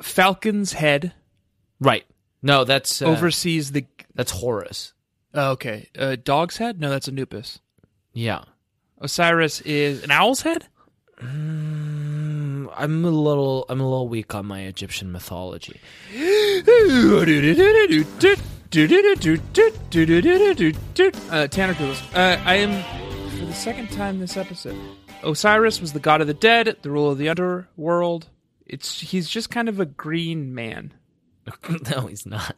Speaker 3: Falcon's head
Speaker 4: right. No, that's uh,
Speaker 3: oversees the.
Speaker 4: That's Horus.
Speaker 3: oh, okay, uh, dog's head. No, that's Anubis.
Speaker 4: Yeah,
Speaker 3: Osiris is an owl's head.
Speaker 4: Mm, I'm a little. I'm a little weak on my Egyptian mythology.
Speaker 3: Uh, Tanner Doodles. Uh, I am, for the second time this episode, Osiris was the god of the dead, the ruler of the underworld. It's He's just kind of a green man.
Speaker 4: no, he's not.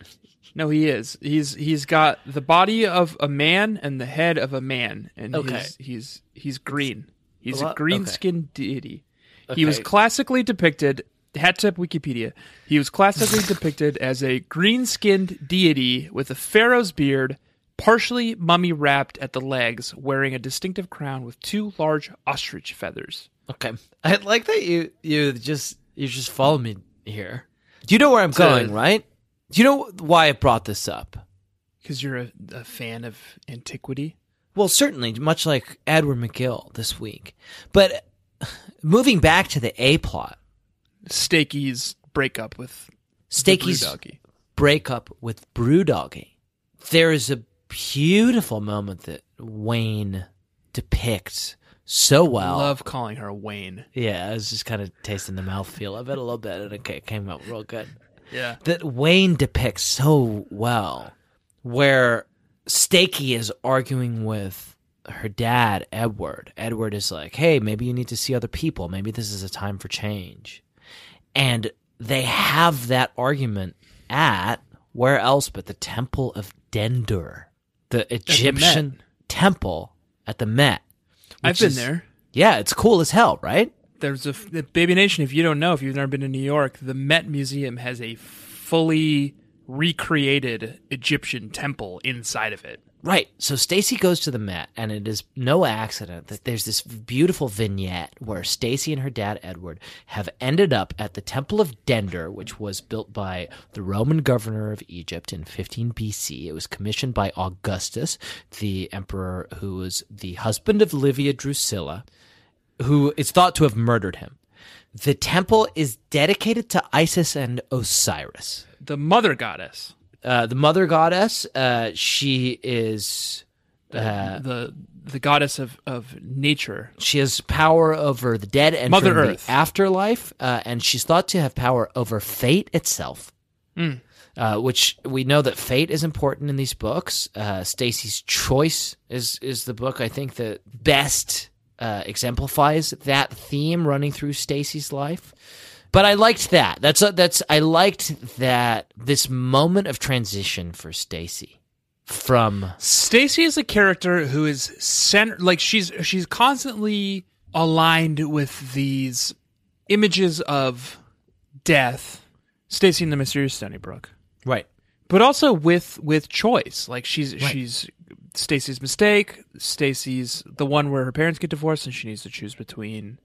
Speaker 3: No, he is. He's he's got the body of a man and the head of a man, and
Speaker 4: Okay.
Speaker 3: he's he's he's green. He's a,
Speaker 4: A lot-
Speaker 3: green skinned deity.
Speaker 4: Okay.
Speaker 3: He was classically depicted. Hat tip Wikipedia. He was classically depicted as a green skinned deity with a pharaoh's beard, partially mummy wrapped at the legs, wearing a distinctive crown with two large ostrich feathers.
Speaker 4: Okay, I like that you. You just. You just follow me here. You know where I'm going, right? You know why I brought this up.
Speaker 3: Because you're a, a fan of antiquity.
Speaker 4: Well, certainly, much like Edward McGill this week. But moving back to the A plot,
Speaker 3: Stakey's breakup with the
Speaker 4: Stakey's
Speaker 3: Brewdoggy.
Speaker 4: breakup with Brewdoggy, there is a beautiful moment that Wayne depicts so well.
Speaker 3: Love calling her Wayne.
Speaker 4: Yeah, I was just kind of tasting the mouthfeel of it a little bit, and it ca- came out real good.
Speaker 3: Yeah.
Speaker 4: that Wayne depicts so well, where Stakey is arguing with her dad, Edward. Edward is like, hey, maybe you need to see other people. Maybe this is a time for change. And they have that argument at where else but the Temple of Dendor,
Speaker 3: the
Speaker 4: the
Speaker 3: Met.
Speaker 4: Egyptian temple at the Met.
Speaker 3: I've
Speaker 4: which
Speaker 3: been
Speaker 4: is-
Speaker 3: there.
Speaker 4: Yeah, it's cool as hell, right?
Speaker 3: There's a the Baby Nation. If you don't know, if you've never been to New York, the Met Museum has a fully recreated Egyptian temple inside of it.
Speaker 4: Right. So Stacy goes to the Met, and it is no accident that there's this beautiful vignette where Stacy and her dad Edward have ended up at the Temple of Dender, which was built by the Roman governor of Egypt in 15 BC. It was commissioned by Augustus, the emperor who was the husband of Livia Drusilla, who is thought to have murdered him. The temple is dedicated to Isis and Osiris
Speaker 3: The mother goddess,
Speaker 4: uh, the mother goddess. Uh, she is Uh,
Speaker 3: the the goddess of of nature.
Speaker 4: she has power over the dead and
Speaker 3: Mother
Speaker 4: from the
Speaker 3: Earth.
Speaker 4: afterlife, uh, and she's thought to have power over fate itself. Uh, which we know that fate is important in these books. Uh, Stacy's Choice is is the book I think that best uh, exemplifies that theme running through Stacy's life. But I liked that. That's a, that's I liked that this moment of transition for Stacy from
Speaker 3: Stacy is a character who is center like she's she's constantly aligned with these images of death. Stacy and the mysterious Stony Brook.
Speaker 4: right
Speaker 3: but also with with choice like she's she's stacy's mistake stacy's the one where her parents get divorced and she needs to choose between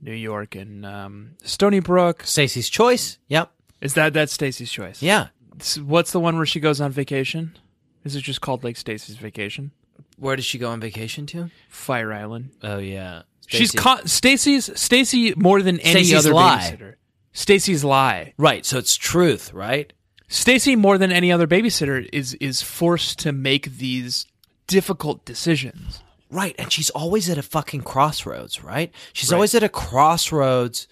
Speaker 3: new york and um, stony brook
Speaker 4: Stacy's Choice. Yep.
Speaker 3: is that that's stacy's choice
Speaker 4: Yeah.
Speaker 3: S- what's the one where she goes on vacation is it just called like stacy's vacation
Speaker 4: Where does she go on vacation to?
Speaker 3: fire island
Speaker 4: Oh yeah,
Speaker 3: she's con- stacy's stacy more than any
Speaker 4: Stacy's
Speaker 3: other
Speaker 4: lie.
Speaker 3: babysitter stacy's lie
Speaker 4: right. So it's truth, right?
Speaker 3: Stacy more than any other babysitter is is forced to make these difficult decisions
Speaker 4: Right, and she's always at a fucking crossroads, right? She's always at a crossroads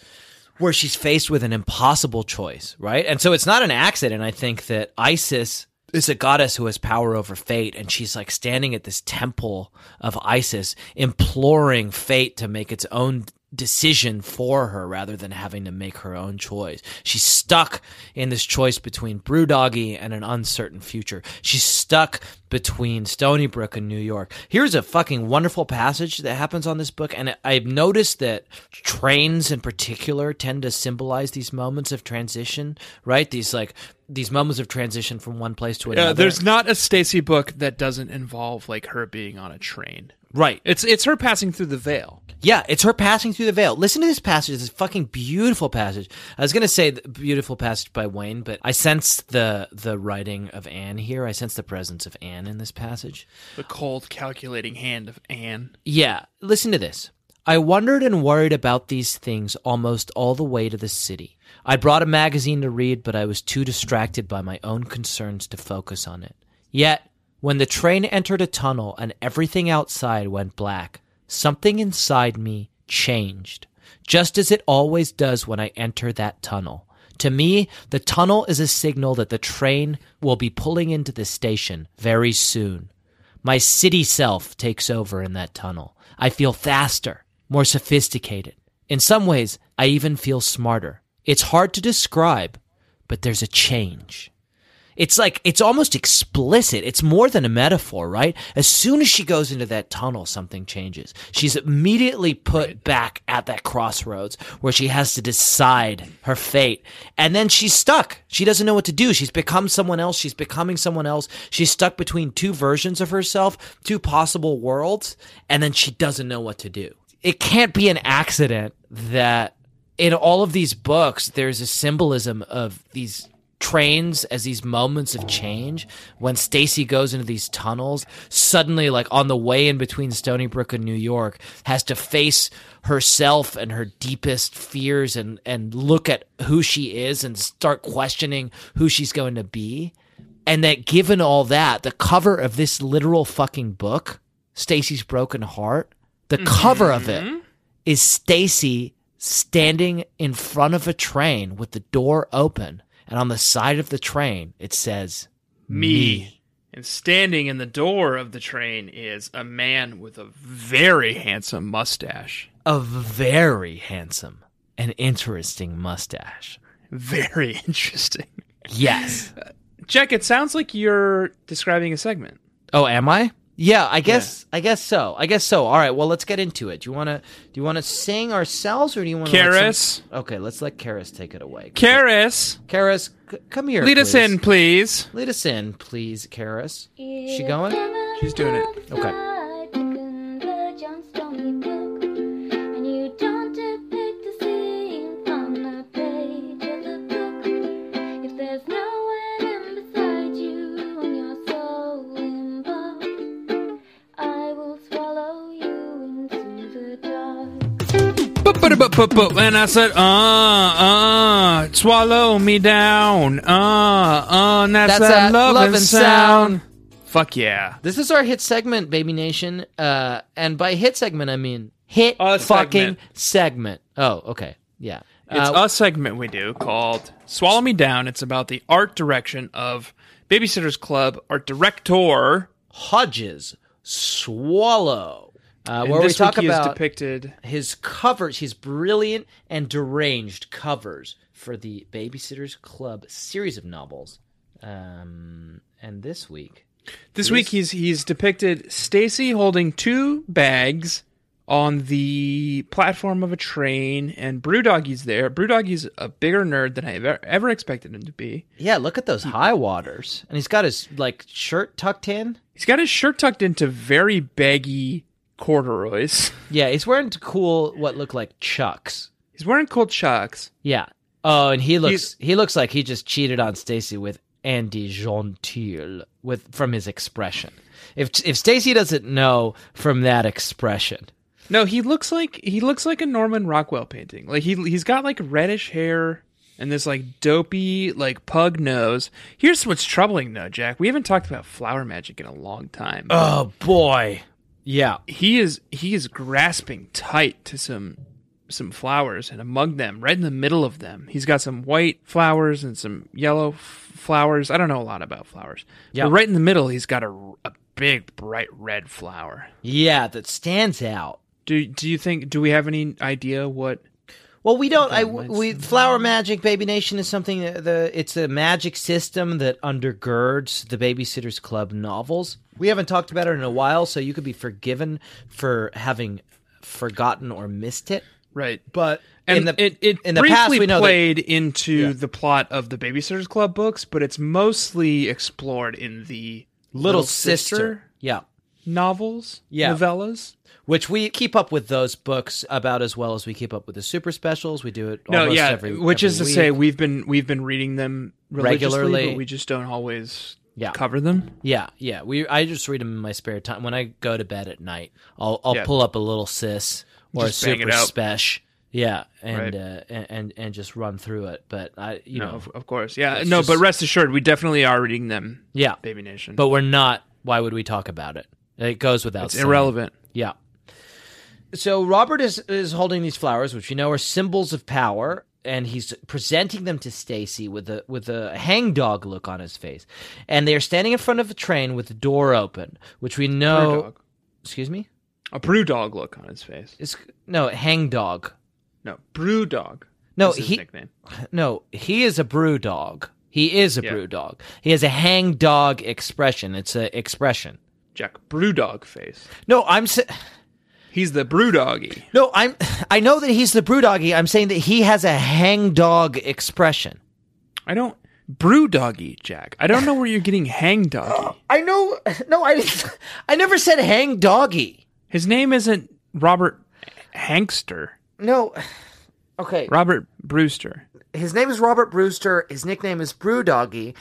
Speaker 4: where she's faced with an impossible choice, right? And so it's not an accident, I think, that Isis is a goddess who has power over fate, and she's like standing at this temple of Isis, imploring fate to make its own decision for her rather than having to make her own choice. She's stuck in this choice between Brewdoggy and an uncertain future. She's stuck between Stony Brook and New York. Here's a fucking wonderful passage that happens on this book, and I've noticed that trains in particular tend to symbolize these moments of transition, right? These like these moments of transition from one place to another.
Speaker 3: Yeah, there's not a Stacy book that doesn't involve like her being on a train.
Speaker 4: right.
Speaker 3: It's it's her passing through the veil.
Speaker 4: Yeah, it's her passing through the veil. Listen to this passage, this fucking beautiful passage. I was gonna say the beautiful passage by Wayne, but I sense the the writing of Anne here. I sense the presence of Anne in this passage.
Speaker 3: The cold, calculating hand of Anne.
Speaker 4: Yeah, listen to this. I wondered and worried about these things almost all the way to the city. I brought a magazine to read, but I was too distracted by my own concerns to focus on it. Yet, when the train entered a tunnel and everything outside went black, something inside me changed, just as it always does when I enter that tunnel. To me, the tunnel is a signal that the train will be pulling into the station very soon. My city self takes over in that tunnel. I feel faster, more sophisticated. In some ways, I even feel smarter. It's hard to describe, but there's a change. It's like, it's almost explicit. It's more than a metaphor, right? As soon as she goes into that tunnel, something changes. She's immediately put back at that crossroads where she has to decide her fate. And then she's stuck. She doesn't know what to do. She's become someone else. She's becoming someone else. She's stuck between two versions of herself, two possible worlds. And then she doesn't know what to do. It can't be an accident that in all of these books, there's a symbolism of these trains as these moments of change. When Stacy goes into these tunnels, suddenly, like on the way in between Stony Brook and New York, has to face herself and her deepest fears and and look at who she is and start questioning who she's going to be. And that, given all that, the cover of this literal fucking book, Stacy's Broken Heart, the cover of it is Stacy standing in front of a train with the door open, and on the side of the train it says,
Speaker 3: Me. And standing in the door of the train is a man with a very handsome mustache.
Speaker 4: "A very handsome and interesting mustache."
Speaker 3: Very interesting.
Speaker 4: Yes.
Speaker 3: Jack, it sounds like you're describing a segment.
Speaker 4: Oh, am I? Yeah, I guess I guess so. I guess so. All right, well, let's get into it. Do you want to do you want to sing ourselves or do you want
Speaker 3: Karis.
Speaker 4: okay, let's let Karis take it away.
Speaker 3: Karis,
Speaker 4: Karis, c- come here.
Speaker 3: lead us
Speaker 4: please.
Speaker 3: in, please.
Speaker 4: Lead us in, please, Karis. She going?
Speaker 3: She's doing it.
Speaker 4: Okay.
Speaker 3: But when I said, uh, uh, swallow me down, uh, uh, and that's,
Speaker 4: That's
Speaker 3: that,
Speaker 4: that
Speaker 3: loving
Speaker 4: lovin'
Speaker 3: sound.
Speaker 4: sound.
Speaker 3: Fuck yeah.
Speaker 4: This is our hit segment, Baby Nation. Uh, and by hit segment, I mean hit
Speaker 3: A
Speaker 4: fucking
Speaker 3: segment.
Speaker 4: segment. Oh, okay. Yeah.
Speaker 3: It's
Speaker 4: Uh,
Speaker 3: a segment we do called Swallow Me Down. It's about the art direction of Babysitter's Club art director.
Speaker 4: Hodges Swallow. Uh,
Speaker 3: And
Speaker 4: where we
Speaker 3: this
Speaker 4: talk
Speaker 3: week he is
Speaker 4: about
Speaker 3: depicted.
Speaker 4: his covers, his brilliant and deranged covers for the Babysitter's Club series of novels. Um, and this week,
Speaker 3: This week he's he's depicted Stacy holding two bags on the platform of a train, and Brewdoggy's there. Brewdoggy's a bigger nerd than I ever, ever expected him to be.
Speaker 4: yeah, look at those high waters, and he's got his like shirt tucked in.
Speaker 3: He's got his shirt tucked into very baggy corduroys.
Speaker 4: Yeah, he's wearing cool what look like chucks.
Speaker 3: He's wearing cool chucks.
Speaker 4: Yeah. Oh, and he looks he looks like he just cheated on Stacy with Andy Gentile with from his expression. If if Stacy doesn't know from that expression,
Speaker 3: No, he looks like he looks like a Norman Rockwell painting. Like he he's got like reddish hair and this like dopey like pug nose. Here's what's troubling though, Jack. We haven't talked about flower magic in a long time.
Speaker 4: oh boy, yeah,
Speaker 3: he is he is grasping tight to some some flowers and among them right in the middle of them he's got some white flowers and some yellow f- flowers i don't know a lot about flowers
Speaker 4: Yeah.
Speaker 3: but right in the middle he's got a, a big bright red flower
Speaker 4: yeah, that stands out.
Speaker 3: do do you think do we have any idea what
Speaker 4: Well, we don't. I
Speaker 3: mine's
Speaker 4: we flower magic, baby nation is something. That the it's a magic system that undergirds the Babysitters Club novels. We haven't talked about it in a while, so you could be forgiven for having forgotten or missed it.
Speaker 3: right
Speaker 4: But
Speaker 3: and
Speaker 4: in the
Speaker 3: it, it
Speaker 4: in the
Speaker 3: briefly
Speaker 4: past, we know that
Speaker 3: played into the plot of the babysitters club books but it's mostly explored in the
Speaker 4: Little Sister, yeah,
Speaker 3: novels
Speaker 4: Yeah.
Speaker 3: novellas
Speaker 4: which we keep up with those books about as well as we keep up with the super specials. We do it
Speaker 3: no
Speaker 4: almost
Speaker 3: yeah
Speaker 4: every,
Speaker 3: which
Speaker 4: every
Speaker 3: is to
Speaker 4: week.
Speaker 3: say we've been we've been reading them religiously,
Speaker 4: Regularly.
Speaker 3: but we just don't always
Speaker 4: Yeah.
Speaker 3: cover them
Speaker 4: Yeah, yeah. We I just read them in my spare time when I go to bed at night. I'll I'll
Speaker 3: Yeah.
Speaker 4: pull up a little sis or
Speaker 3: Just
Speaker 4: a
Speaker 3: bang it
Speaker 4: super
Speaker 3: out.
Speaker 4: special. Yeah, and
Speaker 3: Right.
Speaker 4: uh, and and- and just run through it. But I, you
Speaker 3: no
Speaker 4: know,
Speaker 3: of, of course yeah
Speaker 4: It's
Speaker 3: no but
Speaker 4: just-
Speaker 3: rest assured we definitely are reading them
Speaker 4: yeah.
Speaker 3: baby nation
Speaker 4: But we're not. Why would we talk about it? It goes without.
Speaker 3: it's
Speaker 4: saying.
Speaker 3: irrelevant
Speaker 4: Yeah. So Robert is is holding these flowers, which we know are symbols of power, and he's presenting them to Stacy with a with a hangdog look on his face. And they are standing in front of a train with the door open, which we know.
Speaker 3: Brew dog.
Speaker 4: Excuse me.
Speaker 3: a brew dog look on his face
Speaker 4: It's no hang dog.
Speaker 3: no brew dog
Speaker 4: No,
Speaker 3: is his
Speaker 4: he
Speaker 3: nickname
Speaker 4: no he is a brew dog. He is a
Speaker 3: Yeah.
Speaker 4: brew dog. He has a hang dog expression. It's a expression.
Speaker 3: jack brew dog face
Speaker 4: No, I'm sa-
Speaker 3: he's the brew doggy
Speaker 4: no, I'm. I know that he's the brew doggy. I'm saying that he has a hang dog expression.
Speaker 3: i don't brew doggy jack i don't know where you're getting hang doggy
Speaker 4: I know. No, I. I never said hang doggy.
Speaker 3: his name isn't robert hankster
Speaker 4: No. Okay.
Speaker 3: robert brewster
Speaker 4: His name is Robert Brewster. His nickname is Brew Doggy.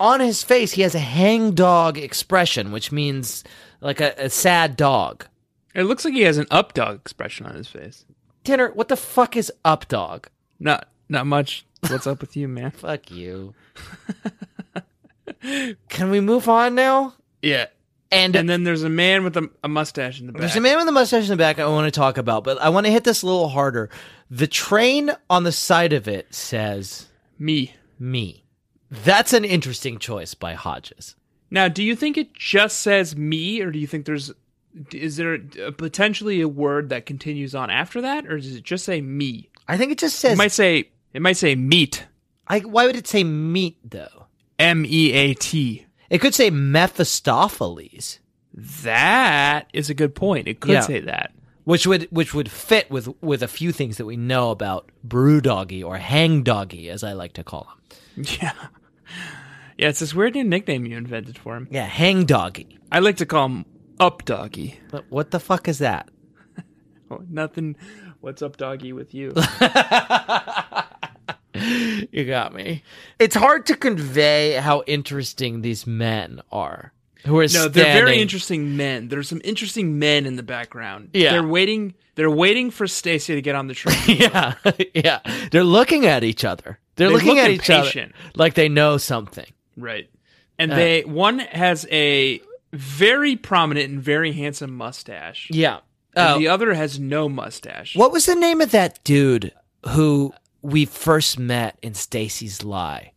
Speaker 4: On his face, he has a hang dog expression, which means like a, a sad dog.
Speaker 3: it looks like he has an up dog expression on his face
Speaker 4: Tanner, what the fuck is up dog?
Speaker 3: Not not much. What's up with you, man?
Speaker 4: Fuck you. Can we move on now?
Speaker 3: Yeah.
Speaker 4: And,
Speaker 3: And then there's a man with a, a mustache in the back.
Speaker 4: there's a man with a mustache in the back I want to talk about, but I want to hit this a little harder. The train on the side of it says
Speaker 3: Me.
Speaker 4: me. That's an interesting choice by Hodges.
Speaker 3: Now, do you think it just says me, or do you think there's is there a, potentially a word that continues on after that, or does it just say me?
Speaker 4: I think it just
Speaker 3: It
Speaker 4: says.
Speaker 3: might say it might say meat.
Speaker 4: I, why would it say meat though?
Speaker 3: M E A T.
Speaker 4: It could say Mephistopheles.
Speaker 3: that is a good point. It could
Speaker 4: Yeah.
Speaker 3: say that.
Speaker 4: which would which would fit with with a few things that we know about brew doggy or hang doggy as I like to call him.
Speaker 3: Yeah. Yeah, it's this weird new nickname you invented for him.
Speaker 4: Yeah, hang doggy.
Speaker 3: I like to call him Up Doggy.
Speaker 4: But What the fuck is that?
Speaker 3: Oh, nothing. What's up, doggy, with you?
Speaker 4: You got me. It's hard to convey how interesting these men are. Who are
Speaker 3: No, they're very
Speaker 4: standing-
Speaker 3: interesting men. There's some interesting men in the background.
Speaker 4: Yeah.
Speaker 3: They're waiting. They're waiting for Stacy to get on the train.
Speaker 4: Yeah, yeah. They're looking at each other. They're
Speaker 3: They
Speaker 4: looking
Speaker 3: look
Speaker 4: at
Speaker 3: impatient.
Speaker 4: each other like they know something.
Speaker 3: Right. And
Speaker 4: Uh.
Speaker 3: they one has a very prominent and very handsome mustache.
Speaker 4: Yeah. Oh.
Speaker 3: And the other has no mustache.
Speaker 4: Uh, What was the name of that dude who we first met in Stacy's Lie,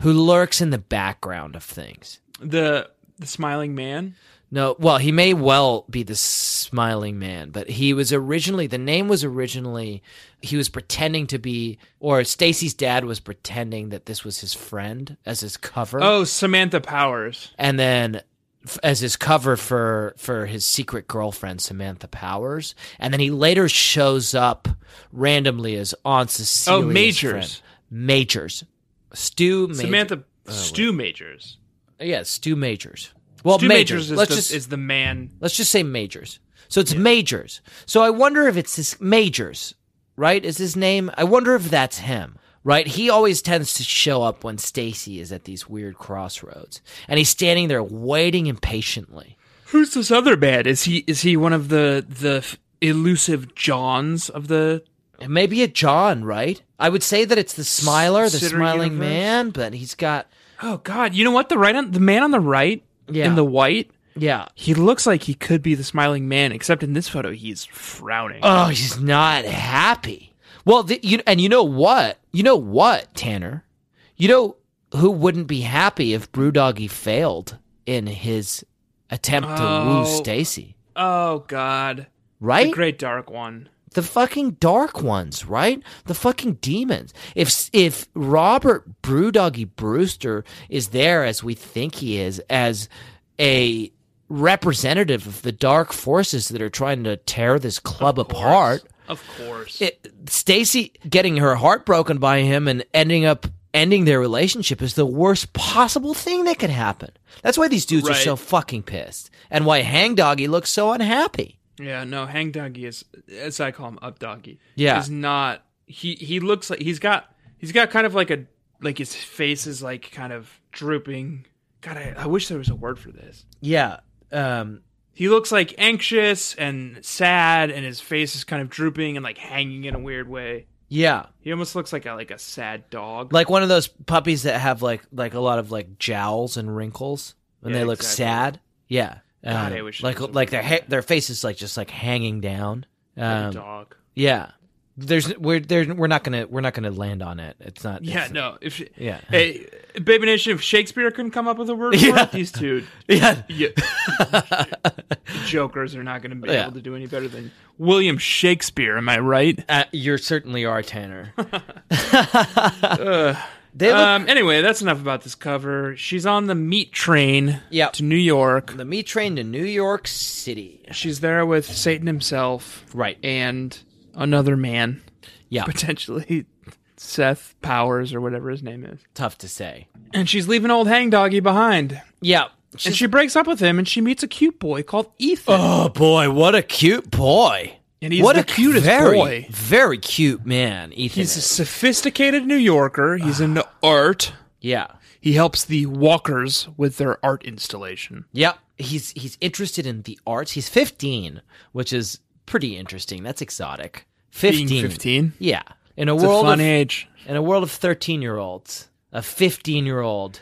Speaker 4: who lurks in the background of things?
Speaker 3: The the smiling man.
Speaker 4: No, well, he may well be the smiling man, but he was originally the name was originally he was pretending to be, or Stacy's dad was pretending that this was his friend as his cover.
Speaker 3: Oh, Samantha Powers.
Speaker 4: and then f- as his cover for for his secret girlfriend Samantha Powers, and then he later shows up randomly as Aunt Cecilia's
Speaker 3: Oh, Majors.
Speaker 4: friend. Majors, Stu Major- Oh,
Speaker 3: Samantha Stu Majors.
Speaker 4: yeah, Stu Majors. Well,
Speaker 3: Stu
Speaker 4: Majors.
Speaker 3: Majors, is,
Speaker 4: let's
Speaker 3: the,
Speaker 4: just
Speaker 3: is the man.
Speaker 4: let's just say Majors. So it's Majors. So I wonder if it's this Majors, right? Is his name? I wonder if that's him. Right? He always tends to show up when Stacy is at these weird crossroads. And he's standing there waiting impatiently.
Speaker 3: Who's this other man? Is he is he one of the the f- elusive Johns of the?
Speaker 4: It may be a John, right? I would say that it's the smiler, the
Speaker 3: Sitter
Speaker 4: smiling
Speaker 3: universe?
Speaker 4: man, but he's got
Speaker 3: Oh God! You know what? The right on the man on the right
Speaker 4: Yeah.
Speaker 3: in the white.
Speaker 4: yeah.
Speaker 3: He looks like he could be the smiling man, except in this photo he's frowning.
Speaker 4: Oh, he's not happy. Well, the, you and you know what? You know what, Tanner? You know who wouldn't be happy if Brewdoggy failed in his attempt to
Speaker 3: Oh.
Speaker 4: woo Stacy,
Speaker 3: oh God!
Speaker 4: right?
Speaker 3: The great dark one.
Speaker 4: the fucking dark ones, right? The fucking demons. If if Robert Brewdoggy Brewster is there as we think he is, as a representative of the dark forces that are trying to tear this club apart,
Speaker 3: Of course.
Speaker 4: it, Stacy getting her heart broken by him and ending up ending their relationship is the worst possible thing that could happen. That's why these dudes
Speaker 3: Right.
Speaker 4: are so fucking pissed, and why Hang Doggy looks so unhappy.
Speaker 3: yeah, no, Hang Doggy is as I call him Up Doggy.
Speaker 4: Yeah.
Speaker 3: Is not he he looks like he's got he's got kind of like a like his face is like kind of drooping. God, I, I wish there was a word for this.
Speaker 4: Yeah. Um,
Speaker 3: He looks like anxious and sad and his face is kind of drooping and like hanging in a weird way.
Speaker 4: yeah.
Speaker 3: He almost looks like a like a sad dog.
Speaker 4: like one of those puppies that have like like a lot of like jowls and wrinkles and
Speaker 3: Yeah,
Speaker 4: they look
Speaker 3: exactly.
Speaker 4: sad. Yeah,
Speaker 3: God,
Speaker 4: Um,
Speaker 3: I wish
Speaker 4: like
Speaker 3: there was a
Speaker 4: like their
Speaker 3: word
Speaker 4: ha- their face is like just like hanging down.
Speaker 3: Like a
Speaker 4: Um,
Speaker 3: dog.
Speaker 4: yeah, there's we're there we're not gonna we're not gonna land on it. It's not.
Speaker 3: Yeah,
Speaker 4: it's-
Speaker 3: no. If
Speaker 4: Yeah.
Speaker 3: hey, Baby Nation, if Shakespeare couldn't come up with a word for
Speaker 4: Yeah.
Speaker 3: it, these two
Speaker 4: Yeah,
Speaker 3: yeah, jokers are not going to be
Speaker 4: Yeah.
Speaker 3: able to do any better than William Shakespeare. Am I right?
Speaker 4: uh, you certainly are Tanner. they look
Speaker 3: Um, anyway, that's enough about this cover. She's on the meat train
Speaker 4: Yep.
Speaker 3: to New York.
Speaker 4: the me train to New York City.
Speaker 3: She's there with Satan himself,
Speaker 4: Right.
Speaker 3: and another man,
Speaker 4: Yeah,
Speaker 3: potentially Seth Powers or whatever his name is.
Speaker 4: tough to say.
Speaker 3: And she's leaving old Hang Doggy behind.
Speaker 4: Yeah.
Speaker 3: And she breaks up with him, and she meets a cute boy called Ethan.
Speaker 4: Oh boy, what a cute boy!
Speaker 3: And he's
Speaker 4: what
Speaker 3: the
Speaker 4: a
Speaker 3: cutest
Speaker 4: very,
Speaker 3: boy.
Speaker 4: Very cute man, Ethan.
Speaker 3: He's a
Speaker 4: is.
Speaker 3: sophisticated New Yorker. He's into art.
Speaker 4: yeah,
Speaker 3: He helps the walkers with their art installation.
Speaker 4: yeah. He's he's interested in the arts. He's fifteen, which is pretty interesting. That's exotic. Fifteen.
Speaker 3: 15?
Speaker 4: Yeah. In a
Speaker 3: It's
Speaker 4: world
Speaker 3: a fun
Speaker 4: of,
Speaker 3: age.
Speaker 4: in a world of thirteen year olds, a fifteen year old,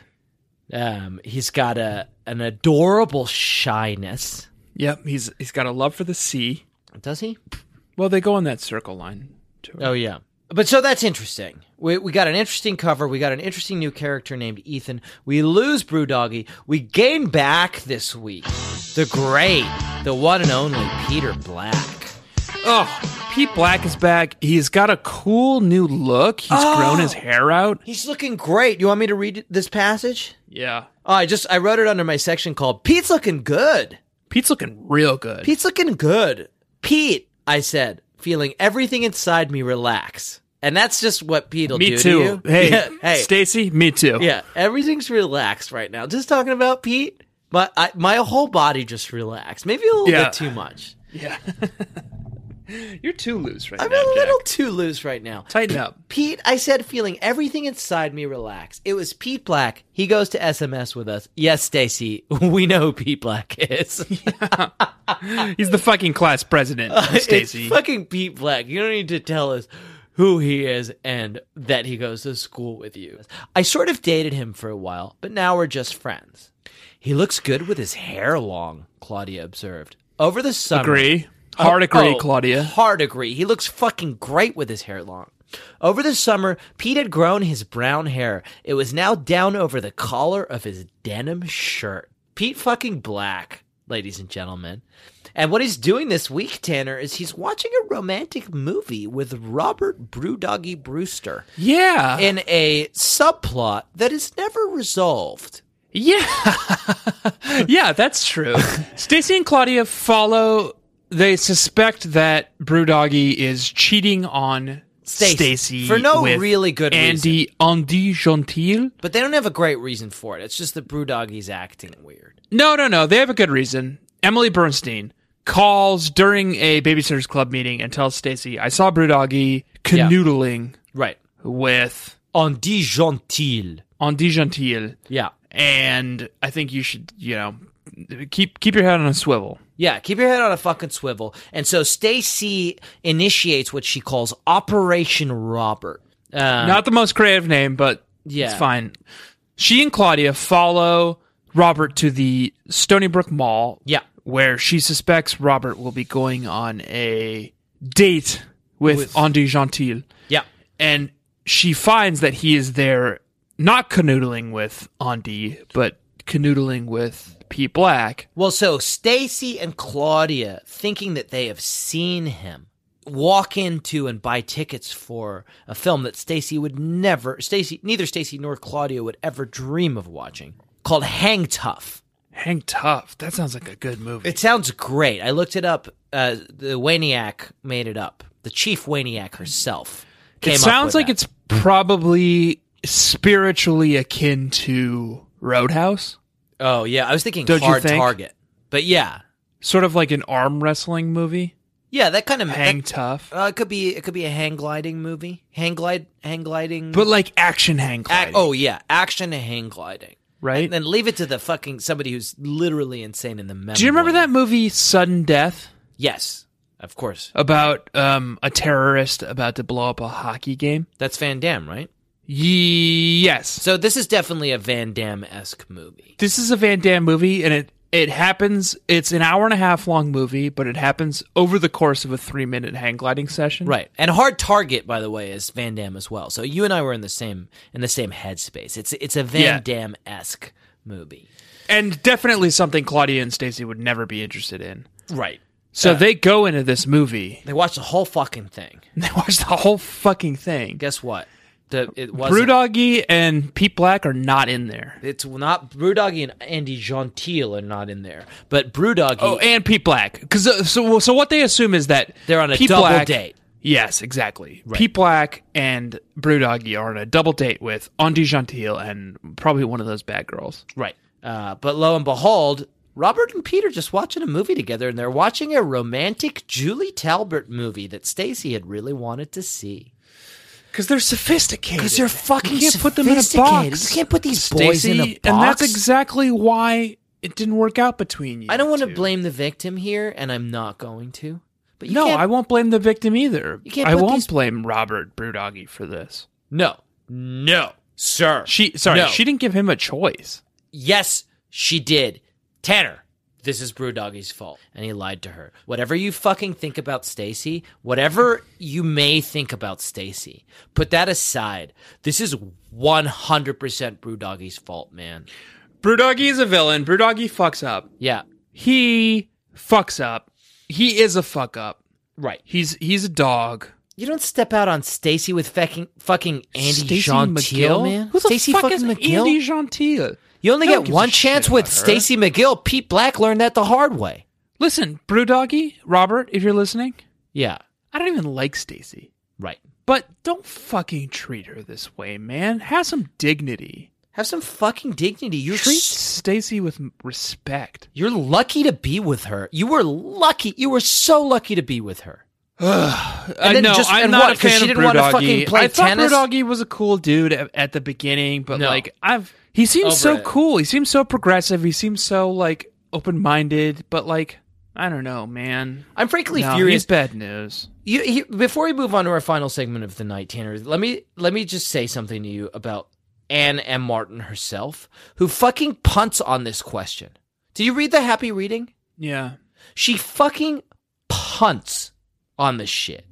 Speaker 4: um, he's got a an adorable shyness.
Speaker 3: Yep, he's he's got a love for the sea.
Speaker 4: Does he?
Speaker 3: Well, they go on that circle line. Too.
Speaker 4: Oh yeah. But so that's interesting. We we got an interesting cover. We got an interesting new character named Ethan. We lose Brewdoggy. We gain back this week the great, the one and only Peter Black.
Speaker 3: Oh, Pete Black is back. He's got a cool new look. He's grown his hair out.
Speaker 4: He's looking great. You want me to read this passage?
Speaker 3: Yeah.
Speaker 4: Oh, I just I wrote it under my section called Pete's looking good.
Speaker 3: Pete's looking real good.
Speaker 4: Pete's looking good. Pete, I said, feeling everything inside me relax. And that's just what Pete'll
Speaker 3: me
Speaker 4: do to
Speaker 3: too.
Speaker 4: you.
Speaker 3: Hey,
Speaker 4: Yeah, hey.
Speaker 3: Stacy, me too.
Speaker 4: yeah, everything's relaxed right now. Just talking about Pete, my I, my whole body just relaxed. Maybe a little
Speaker 3: Yeah.
Speaker 4: bit too much.
Speaker 3: Yeah. You're too loose right
Speaker 4: I'm
Speaker 3: now.
Speaker 4: a little
Speaker 3: Jack.
Speaker 4: too loose right now.
Speaker 3: tighten up.
Speaker 4: Pete, I said, feeling everything inside me relax. It was Pete Black. He goes to SMS with us. Yes, Stacy, we know who Pete Black is.
Speaker 3: He's the fucking class president, Stacy.
Speaker 4: Uh, It's fucking Pete Black. You don't need to tell us who he is and that he goes to school with you. I sort of dated him for a while, but now we're just friends. He looks good with his hair long, Claudia observed. Over the summer.
Speaker 3: Agree. Hard
Speaker 4: Oh,
Speaker 3: agree,
Speaker 4: oh,
Speaker 3: Claudia.
Speaker 4: Hard agree. He looks fucking great with his hair long. Over the summer, Pete had grown his brown hair. It was now down over the collar of his denim shirt. Pete fucking black, ladies and gentlemen. And what he's doing this week, Tanner, is he's watching a romantic movie with Robert Brewdoggy Brewster
Speaker 3: Yeah.
Speaker 4: in a subplot that is never resolved.
Speaker 3: yeah. yeah, that's true. Stacy and Claudia follow they suspect that Brewdoggy is cheating on
Speaker 4: Stacy.
Speaker 3: Stacy
Speaker 4: For no
Speaker 3: with
Speaker 4: really good
Speaker 3: Andy Andy Gentile.
Speaker 4: But they don't have a great reason for it. It's just that Brewdoggy's acting weird.
Speaker 3: No, no, no. They have a good reason. Emily Bernstein calls during a babysitters club meeting and tells Stacy, "I saw Brewdoggy canoodling
Speaker 4: Right.
Speaker 3: with
Speaker 4: On dit gentil.
Speaker 3: Andy Gentile."
Speaker 4: Yeah.
Speaker 3: and I think you should, you know, keep keep your head on a swivel.
Speaker 4: Yeah, keep your head on a fucking swivel. And so Stacy initiates what she calls Operation Robert. Uh,
Speaker 3: Not the most creative name, but
Speaker 4: Yeah.
Speaker 3: it's fine. She and Claudia follow Robert to the Stony Brook Mall,
Speaker 4: Yeah.
Speaker 3: where she suspects Robert will be going on a date with,
Speaker 4: With-
Speaker 3: Andy Gentile,
Speaker 4: Yeah.
Speaker 3: and she finds that he is there not canoodling with Andy, but canoodling with Pete Black.
Speaker 4: Well, so Stacy and Claudia, thinking that they have seen him, walk into and buy tickets for a film that Stacy would never Stacy neither Stacy nor Claudia would ever dream of watching called Hang Tough.
Speaker 3: Hang tough. That sounds like a good movie.
Speaker 4: It sounds great. I looked it up. Uh, the Waniac made it up. The chief Waniac herself. Came
Speaker 3: It
Speaker 4: up
Speaker 3: sounds
Speaker 4: with
Speaker 3: like
Speaker 4: that.
Speaker 3: it's probably spiritually akin to Roadhouse,
Speaker 4: Oh yeah, I was thinking
Speaker 3: Don't you
Speaker 4: hard
Speaker 3: think?
Speaker 4: target, but yeah,
Speaker 3: sort of like an arm wrestling movie.
Speaker 4: yeah, that kind of
Speaker 3: Hang
Speaker 4: that-
Speaker 3: tough,
Speaker 4: uh, it could be it could be a hang gliding movie, hang glide, hang gliding.
Speaker 3: but like action hang
Speaker 4: Ac-
Speaker 3: gliding.
Speaker 4: oh yeah, action and hang gliding.
Speaker 3: right.
Speaker 4: And then leave it to the fucking somebody who's literally insane in the memory.
Speaker 3: Do you remember that movie Sudden Death
Speaker 4: Yes, of course.
Speaker 3: about um, a terrorist about to blow up a hockey game?
Speaker 4: That's Van Damme, right?
Speaker 3: Ye- yes.
Speaker 4: So this is definitely a Van Damme esque movie.
Speaker 3: This is a Van Damme movie, and it it happens. It's an hour and a half long movie, but it happens over the course of a three minute hang gliding session.
Speaker 4: Right, and Hard Target, by the way, is Van Damme as well. So you and I were in the same in the same headspace. It's it's a Van
Speaker 3: Yeah.
Speaker 4: Damme esque movie.
Speaker 3: and definitely something Claudia and Stacy would never be interested in.
Speaker 4: Right.
Speaker 3: So they go into this movie.
Speaker 4: They watched the whole fucking thing.
Speaker 3: and They watch the whole fucking thing.
Speaker 4: guess what? The it was
Speaker 3: Brewdoggy and Pete Black are not in there.
Speaker 4: It's not Brewdoggy and Andy Gentile are not in there, but Brewdoggy.
Speaker 3: Oh, and Pete Black. Because uh, so so what they assume is that
Speaker 4: They're on a
Speaker 3: Pete
Speaker 4: double
Speaker 3: Black-
Speaker 4: date.
Speaker 3: Yes, exactly. Pete Black and Brewdoggy are on a double date with Andy Gentile and probably one of those bad girls.
Speaker 4: right. Uh, but lo and behold, Robert and Peter just watching a movie together, and they're watching a romantic Julie Talbert movie that Stacy had really wanted to see.
Speaker 3: Because they're sophisticated.
Speaker 4: Because they're fucking
Speaker 3: You can't put them in a
Speaker 4: sophisticated.
Speaker 3: box.
Speaker 4: You can't put these boys in a
Speaker 3: Stacey, And that's
Speaker 4: box.
Speaker 3: exactly why it didn't work out between you.
Speaker 4: I don't want to
Speaker 3: two.
Speaker 4: blame the victim here, and I'm not going to. But you
Speaker 3: no,
Speaker 4: can't-
Speaker 3: I won't blame the victim either.
Speaker 4: You can't
Speaker 3: I
Speaker 4: put
Speaker 3: won't
Speaker 4: these-
Speaker 3: blame Robert Brewdoggy for this.
Speaker 4: no, no, sir.
Speaker 3: She sorry,
Speaker 4: No.
Speaker 3: she didn't give him a choice.
Speaker 4: Yes, she did. Tanner, this is Brewdoggy's fault. And he lied to her. Whatever you fucking think about Stacy, whatever you may think about Stacy, put that aside. This is 100% Brewdoggy's fault, man.
Speaker 3: Brewdoggy is a villain. Brewdoggy fucks up.
Speaker 4: Yeah,
Speaker 3: He fucks up. He is a fuck up.
Speaker 4: right.
Speaker 3: He's he's a dog.
Speaker 4: You don't step out on Stacy with fucking fucking Andy
Speaker 3: Stacey
Speaker 4: Gentile,
Speaker 3: McGill?
Speaker 4: man.
Speaker 3: Who the
Speaker 4: Stacey
Speaker 3: fuck
Speaker 4: fucking
Speaker 3: is
Speaker 4: McGill?
Speaker 3: Andy Gentile?
Speaker 4: You only
Speaker 3: No one
Speaker 4: get
Speaker 3: gives
Speaker 4: one
Speaker 3: a
Speaker 4: chance
Speaker 3: shit
Speaker 4: with
Speaker 3: about her.
Speaker 4: Stacy McGill. Pete Black learned that the hard way.
Speaker 3: Listen, Brewdoggy, Robert, if you're listening,
Speaker 4: Yeah,
Speaker 3: I don't even like Stacy,
Speaker 4: right.
Speaker 3: but don't fucking treat her this way, man. Have some dignity.
Speaker 4: Have some fucking dignity. You're
Speaker 3: treat
Speaker 4: s-
Speaker 3: Stacy with m- respect.
Speaker 4: you're lucky to be with her. You were lucky. You were so lucky to be with her.
Speaker 3: I
Speaker 4: then
Speaker 3: know.
Speaker 4: just-
Speaker 3: Uh, I'm
Speaker 4: and
Speaker 3: not
Speaker 4: what,
Speaker 3: a
Speaker 4: 'cause
Speaker 3: fan
Speaker 4: she
Speaker 3: of
Speaker 4: didn't wanna
Speaker 3: Brewdoggy.
Speaker 4: fucking play
Speaker 3: I thought
Speaker 4: tennis?
Speaker 3: Brewdoggy was a cool dude at, at the beginning, but
Speaker 4: No.
Speaker 3: like I've he seems
Speaker 4: Over
Speaker 3: so
Speaker 4: it.
Speaker 3: cool. He seems so progressive. He seems so like open minded. But like I don't know, man.
Speaker 4: I'm frankly
Speaker 3: No,
Speaker 4: furious.
Speaker 3: he's bad news.
Speaker 4: You, he, before we move on to our final segment of the night, Tanner, let me let me just say something to you about Anne M. Martin herself, who fucking punts on this question. Did you read the happy reading?
Speaker 3: Yeah.
Speaker 4: She fucking punts on this shit.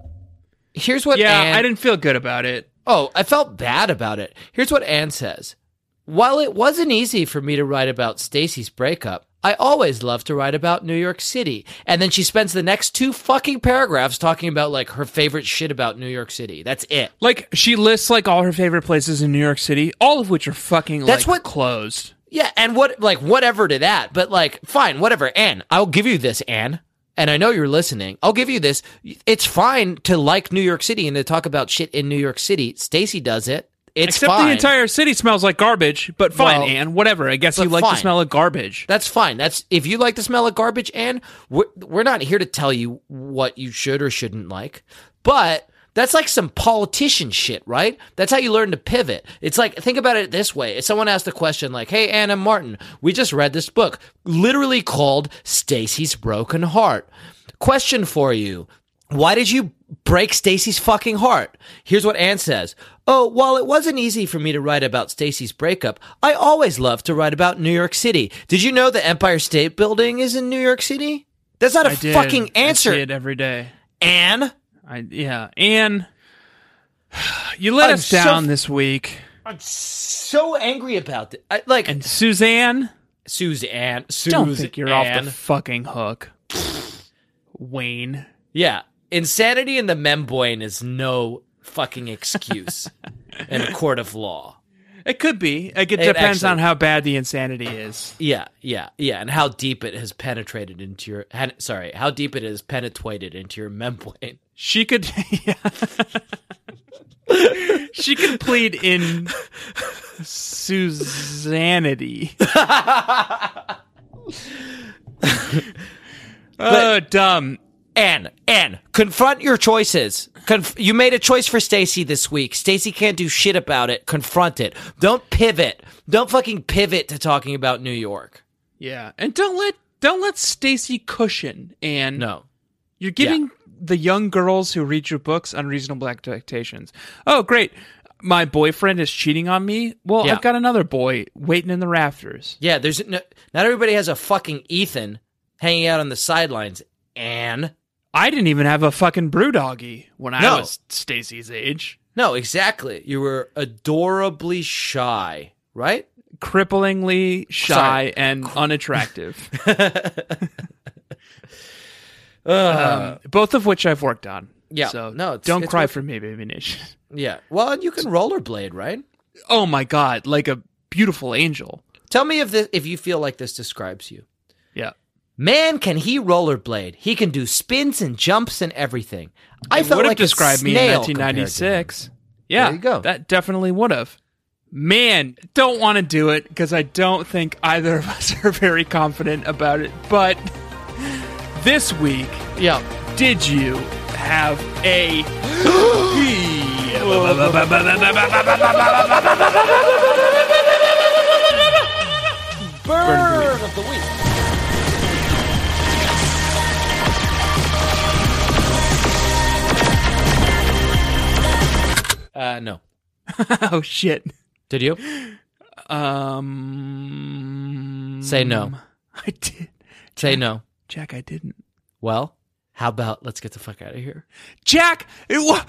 Speaker 4: Here's what
Speaker 3: yeah,
Speaker 4: Anne,
Speaker 3: I didn't feel good about it.
Speaker 4: Oh, I felt bad about it. Here's what Anne says. While it wasn't easy for me to write about Stacy's breakup, I always love to write about New York City. And then she spends the next two fucking paragraphs talking about like her favorite shit about New York City. That's it.
Speaker 3: Like she lists like all her favorite places in New York City, all of which are fucking
Speaker 4: That's
Speaker 3: like
Speaker 4: what-
Speaker 3: closed.
Speaker 4: Yeah, and what like whatever to that, but like fine, whatever. Anne, I'll give you this, Anne. And I know you're listening. I'll give you this. It's fine to like New York City and to talk about shit in New York City. Stacy does it. It's
Speaker 3: Except
Speaker 4: fine.
Speaker 3: the entire city smells like garbage, but fine,
Speaker 4: Well,
Speaker 3: Anne, whatever. I guess
Speaker 4: but
Speaker 3: you like
Speaker 4: fine.
Speaker 3: the smell of garbage.
Speaker 4: That's fine. That's if you like the smell of garbage, and we're, we're not here to tell you what you should or shouldn't like. But that's like some politician shit, right? That's how you learn to pivot. It's like think about it this way: if someone asked a question like, "Hey, Anna Martin, we just read this book, literally called Stacy's Broken Heart." Question for you: why did you break Stacy's fucking heart? Here's what Anne says. Oh, while it wasn't easy for me to write about Stacy's breakup, I always loved to write about New York City. Did you know the Empire State Building is in New York City? That's not a
Speaker 3: I did.
Speaker 4: fucking
Speaker 3: I
Speaker 4: answer,
Speaker 3: see it every day.
Speaker 4: Anne.
Speaker 3: I yeah, and you let
Speaker 4: I'm
Speaker 3: us
Speaker 4: so-
Speaker 3: down this week.
Speaker 4: I'm so angry about it. I, like
Speaker 3: And Suzanne,
Speaker 4: Suzanne, Suzanne,
Speaker 3: don't think you're off the fucking hook, Wayne.
Speaker 4: yeah, insanity in the membrane is no fucking excuse in a court of law.
Speaker 3: It could be. Like, it,
Speaker 4: It
Speaker 3: depends
Speaker 4: actually-
Speaker 3: on how bad the insanity is.
Speaker 4: Yeah, yeah, yeah, and how deep it has penetrated into your had- sorry, how deep it has penetrated into your membrane.
Speaker 3: She could. Yeah. she could plead in Suzanity. oh, dumb.
Speaker 4: And and confront your choices. Conf- you made a choice for Stacy this week. Stacy can't do shit about it. Confront it. Don't pivot. Don't fucking pivot to talking about New York.
Speaker 3: Yeah, and don't let don't let Stacy cushion. And
Speaker 4: No.
Speaker 3: You're giving the young girls who read your books unreasonable expectations. Oh, great. My boyfriend is cheating on me. Well,
Speaker 4: Yeah.
Speaker 3: I've got another boy waiting in the rafters.
Speaker 4: Yeah, there's no, not everybody has a fucking Ethan hanging out on the sidelines. And
Speaker 3: I didn't even have a fucking brew doggy when
Speaker 4: No.
Speaker 3: I was Stacy's age.
Speaker 4: no, exactly. You were adorably shy, right?
Speaker 3: Cripplingly shy
Speaker 4: Sorry.
Speaker 3: and unattractive. um,
Speaker 4: Ugh.
Speaker 3: both of which I've worked on.
Speaker 4: Yeah.
Speaker 3: So
Speaker 4: No, it's-
Speaker 3: don't
Speaker 4: it's
Speaker 3: cry
Speaker 4: worth-
Speaker 3: for me, baby nation.
Speaker 4: yeah. Well, you can rollerblade, right?
Speaker 3: Oh my god, like a beautiful angel.
Speaker 4: Tell me if this if you feel like this describes you.
Speaker 3: Yeah.
Speaker 4: Man, can he rollerblade? He can do spins and jumps and everything. I
Speaker 3: It
Speaker 4: felt
Speaker 3: would have
Speaker 4: like a
Speaker 3: described me in
Speaker 4: snail compared to him.
Speaker 3: 1996. Yeah,
Speaker 4: There you go.
Speaker 3: That definitely would have. Man, don't want to do it because I don't think either of us are very confident about it. But this week,
Speaker 4: Yeah.
Speaker 3: did you have a?
Speaker 4: Bird of the week. Uh, no.
Speaker 3: oh shit!
Speaker 4: Did you
Speaker 3: Um,
Speaker 4: say no?
Speaker 3: I did,
Speaker 4: Say no.
Speaker 3: Jack. I didn't.
Speaker 4: Well, how about let's get the fuck out of here?
Speaker 3: Jack, it wa-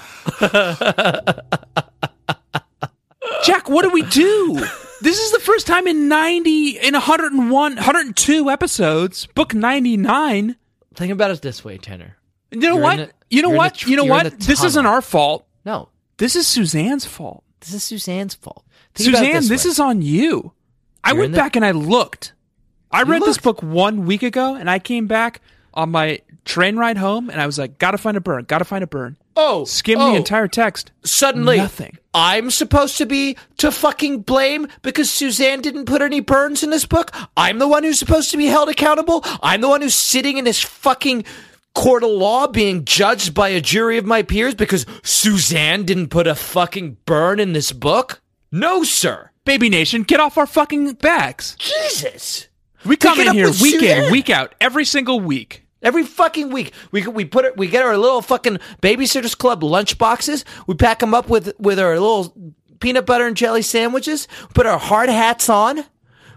Speaker 3: Jack, what do we do? This is the first time in 90 in 101 102 episodes, book 99.
Speaker 4: Think about it this way, Tanner.
Speaker 3: You know
Speaker 4: You're
Speaker 3: what?
Speaker 4: in the-
Speaker 3: you know
Speaker 4: you're in
Speaker 3: what?
Speaker 4: the tr-
Speaker 3: you know
Speaker 4: you're in
Speaker 3: what?
Speaker 4: the
Speaker 3: This isn't
Speaker 4: tunnel.
Speaker 3: our fault.
Speaker 4: No,
Speaker 3: This is Suzanne's fault.
Speaker 4: this is Suzanne's fault. Think about it
Speaker 3: Suzanne, this
Speaker 4: way.
Speaker 3: is on you. I
Speaker 4: You're in
Speaker 3: went
Speaker 4: the-
Speaker 3: back and I looked. I
Speaker 4: You
Speaker 3: read this
Speaker 4: looked.
Speaker 3: book one week ago, and I came back on my train ride home, and I was like, "Gotta find a burn. Gotta find a burn."
Speaker 4: oh
Speaker 3: Skim
Speaker 4: oh,
Speaker 3: the entire text.
Speaker 4: suddenly
Speaker 3: nothing.
Speaker 4: I'm supposed to be to fucking blame because Suzanne didn't put any burns in this book. I'm the one who's supposed to be held accountable. I'm the one who's sitting in this fucking court of law being judged by a jury of my peers because Suzanne didn't put a fucking burn in this book. No, sir.
Speaker 3: Baby Nation, get off our fucking backs.
Speaker 4: Jesus.
Speaker 3: We come
Speaker 4: it
Speaker 3: in
Speaker 4: up
Speaker 3: here
Speaker 4: with
Speaker 3: week in,
Speaker 4: Suzanne.
Speaker 3: week out, every single week.
Speaker 4: Every fucking week, we we put it, we get our little fucking babysitters club lunch boxes. We pack them up with with our little peanut butter and jelly sandwiches. Put our hard hats on.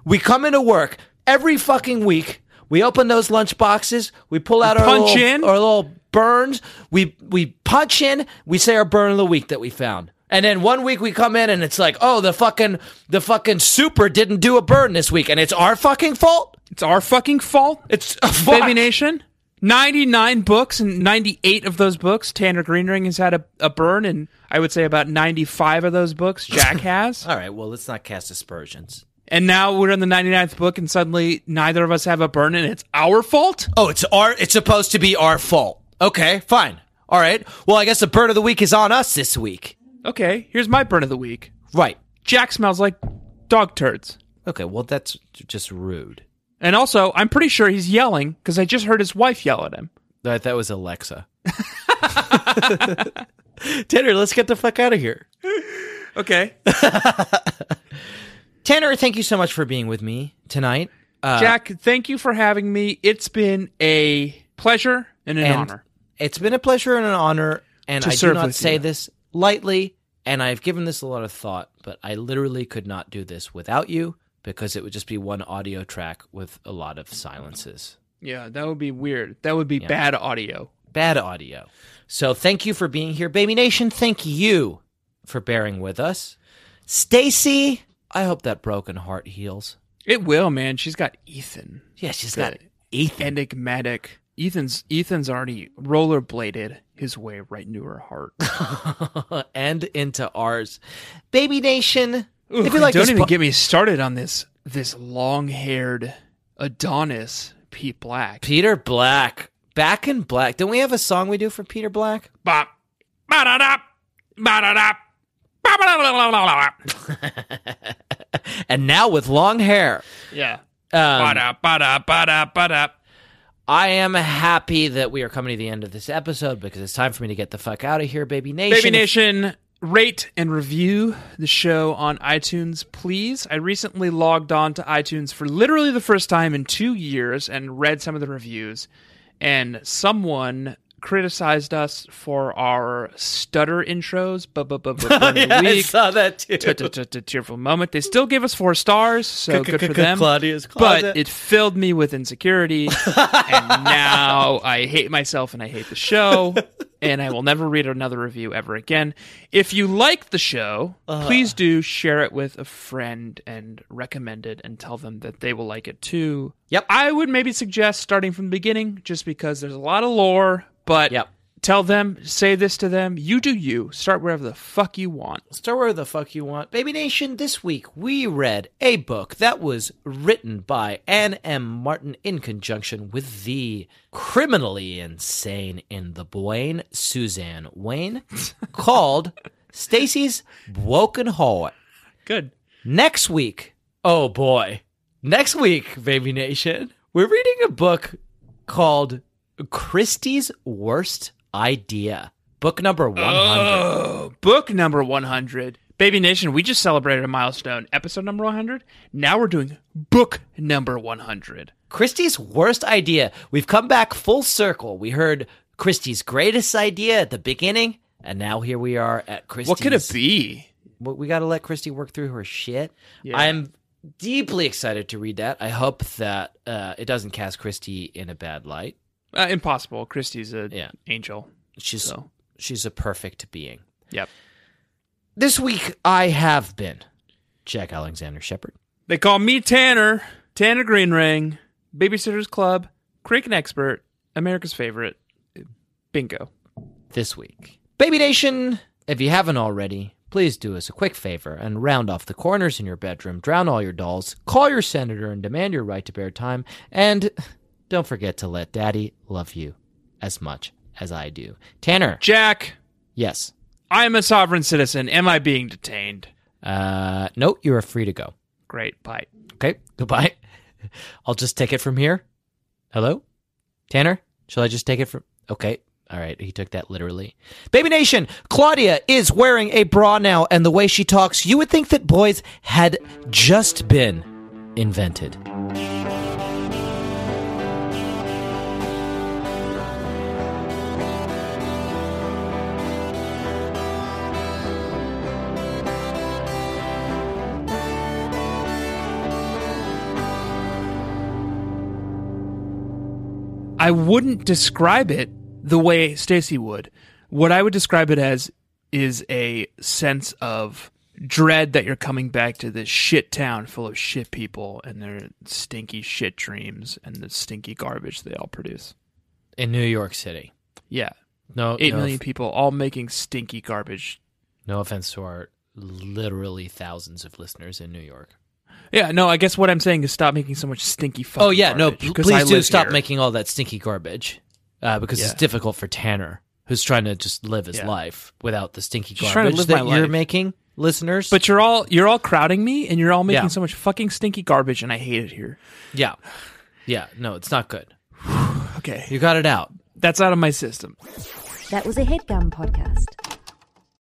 Speaker 4: We come into work every fucking week. We open those lunch boxes. We pull out our
Speaker 3: Punch
Speaker 4: little,
Speaker 3: in.
Speaker 4: our little burns. We we punch in. We say our burn of the week that we found. And then one week we come in and it's like, oh, the fucking the fucking super didn't do a burn this week, and it's our fucking fault.
Speaker 3: It's our fucking fault.
Speaker 4: It's
Speaker 3: Baby Nation. 99 books and 98 of those books, Tanner Greenring has had a, a burn, and I would say about 95 of those books, Jack has.
Speaker 4: All right, well, let's not cast aspersions.
Speaker 3: and now we're in the 99th book, and suddenly neither of us have a burn, and it's our fault?
Speaker 4: Oh, it's our it's supposed to be our fault. Okay, fine. All right. Well, I guess the bird of the week is on us this week.
Speaker 3: Okay, here's my burn of the week
Speaker 4: Right.
Speaker 3: Jack smells like dog turds.
Speaker 4: Okay, well that's just rude.
Speaker 3: And also, I'm pretty sure he's yelling because I just heard his wife yell at him.
Speaker 4: That that was Alexa. Tanner, let's get the fuck out of here.
Speaker 3: Okay.
Speaker 4: Tanner, thank you so much for being with me tonight. Uh,
Speaker 3: Jack, thank you for having me. It's been a pleasure and an
Speaker 4: and
Speaker 3: honor.
Speaker 4: It's been a pleasure and an honor, and
Speaker 3: To
Speaker 4: I do
Speaker 3: serve
Speaker 4: not
Speaker 3: with
Speaker 4: say
Speaker 3: you.
Speaker 4: this lightly, and I've given this a lot of thought, but I literally could not do this without you because it would just be one audio track with a lot of silences.
Speaker 3: Yeah, that would be weird. That would be bad audio.
Speaker 4: Bad audio. So thank you for being here. Baby Nation, thank you for bearing with us. Stacy, I hope that broken heart heals.
Speaker 3: It will, man. She's got Ethan.
Speaker 4: Yeah, she's got Ethan.
Speaker 3: Enigmatic. Ethan's Ethan's already rollerbladed his way right into her heart.
Speaker 4: and into ours. Baby Nation,
Speaker 3: Ooh,
Speaker 4: if you like
Speaker 3: don't
Speaker 4: this
Speaker 3: even
Speaker 4: po-
Speaker 3: get me started on this this long-haired Adonis Pete Black.
Speaker 4: Peter Black. Back in Black. Don't we have a song we do for Peter Black?
Speaker 3: Bop. Ba-da-da. Ba-da-da. Ba-ba-da-da-da-da-da.
Speaker 4: and now with long hair.
Speaker 3: Yeah.
Speaker 4: Um,
Speaker 3: Ba-da, ba-da, ba-da, ba-da.
Speaker 4: I am happy that we are coming to the end of this episode because it's time for me to get the fuck out of here, Baby Nation.
Speaker 3: Baby Nation, rate and review the show on iTunes, please. I recently logged on to iTunes for literally the first time in two years and read some of the reviews, and someone criticized us for our stutter intros. bu- bu- bu- bu- bu-
Speaker 4: Yeah, I
Speaker 3: week,
Speaker 4: saw that too.
Speaker 3: tu- tu- tu- tu- Tearful moment. They still gave us four stars, so good for them.
Speaker 4: Claudia's
Speaker 3: But it filled me with insecurity, and now I hate myself and I hate the show, and I will never read another review ever again. If you like the show, please do share it with a friend and recommend it and tell them that they will like it too.
Speaker 4: Yep.
Speaker 3: I would maybe suggest starting from the beginning just because there's a lot of lore, but
Speaker 4: Yep.
Speaker 3: tell them, say this to them. You do you. Start wherever the fuck you want.
Speaker 4: Start where the fuck you want. Baby Nation, this week we read a book that was written by Anne M. Martin in conjunction with the criminally insane in the Blaine, Suzanne Wayne, called Stacy's Broken Heart.
Speaker 3: Good.
Speaker 4: Next week, oh boy. Next week, Baby Nation, we're reading a book called Christie's Worst Idea, book number 100.
Speaker 3: Oh, book number 100. Baby Nation, we just celebrated a milestone. Episode number 100. Now we're doing book number 100.
Speaker 4: Christie's worst idea. We've come back full circle. We heard Christie's greatest idea at the beginning, and now here we are at Christie's.
Speaker 3: What could it be?
Speaker 4: What- We got to let Christie work through her shit.
Speaker 3: Yeah.
Speaker 4: I'm deeply excited to read that. I hope that uh, it doesn't cast Christie in a bad light.
Speaker 3: Uh, impossible. Christie's a
Speaker 4: Yeah.
Speaker 3: angel.
Speaker 4: She's
Speaker 3: So.
Speaker 4: she's a perfect being.
Speaker 3: Yep.
Speaker 4: This week I have been Jack Alexander Shepard.
Speaker 3: They call me Tanner, Tanner Green Ring, Babysitters Club, Crick and Expert, America's favorite, Bingo.
Speaker 4: this week. Baby Nation, if you haven't already, please do us a quick favor and round off the corners in your bedroom, drown all your dolls, call your senator and demand your right to bear time, and don't forget to let daddy love you as much as I do. Tanner,
Speaker 3: Jack,
Speaker 4: yes.
Speaker 3: I'm a sovereign citizen. Am I being detained?
Speaker 4: Uh, no, you are free to go.
Speaker 3: Great. Bye.
Speaker 4: Okay, goodbye. I'll just take it from here. Hello? Tanner? Shall I just take it from. Okay, all right. He took that literally. Baby Nation, Claudia is wearing a bra now, and the way she talks, you would think that boys had just been invented.
Speaker 3: I wouldn't describe it the way Stacy would. What I would describe it as is a sense of dread that you're coming back to this shit town full of shit people and their stinky shit dreams and the stinky garbage they all produce.
Speaker 4: In New York City.
Speaker 3: Yeah.
Speaker 4: No,
Speaker 3: eight million
Speaker 4: no,
Speaker 3: people all making stinky garbage.
Speaker 4: no offense to our literally thousands of listeners in New York.
Speaker 3: Yeah, no, I guess what I'm saying is stop making so much stinky fucking
Speaker 4: Oh, yeah.
Speaker 3: garbage,
Speaker 4: no,
Speaker 3: 'cause
Speaker 4: pl-
Speaker 3: I
Speaker 4: please do
Speaker 3: live
Speaker 4: stop
Speaker 3: here.
Speaker 4: making all that stinky garbage uh, because it's
Speaker 3: Yeah.
Speaker 4: difficult for Tanner, who's trying to just live his
Speaker 3: Yeah.
Speaker 4: life without the stinky
Speaker 3: Just trying to
Speaker 4: garbage
Speaker 3: live
Speaker 4: that
Speaker 3: my
Speaker 4: you're
Speaker 3: life.
Speaker 4: making, listeners.
Speaker 3: But you're all you're all crowding me and you're all making
Speaker 4: Yeah.
Speaker 3: so much fucking stinky garbage and I hate it here.
Speaker 4: yeah, yeah, no, it's not good.
Speaker 3: Okay.
Speaker 4: You got it out.
Speaker 3: That's out of my system.
Speaker 1: That was a headgum podcast.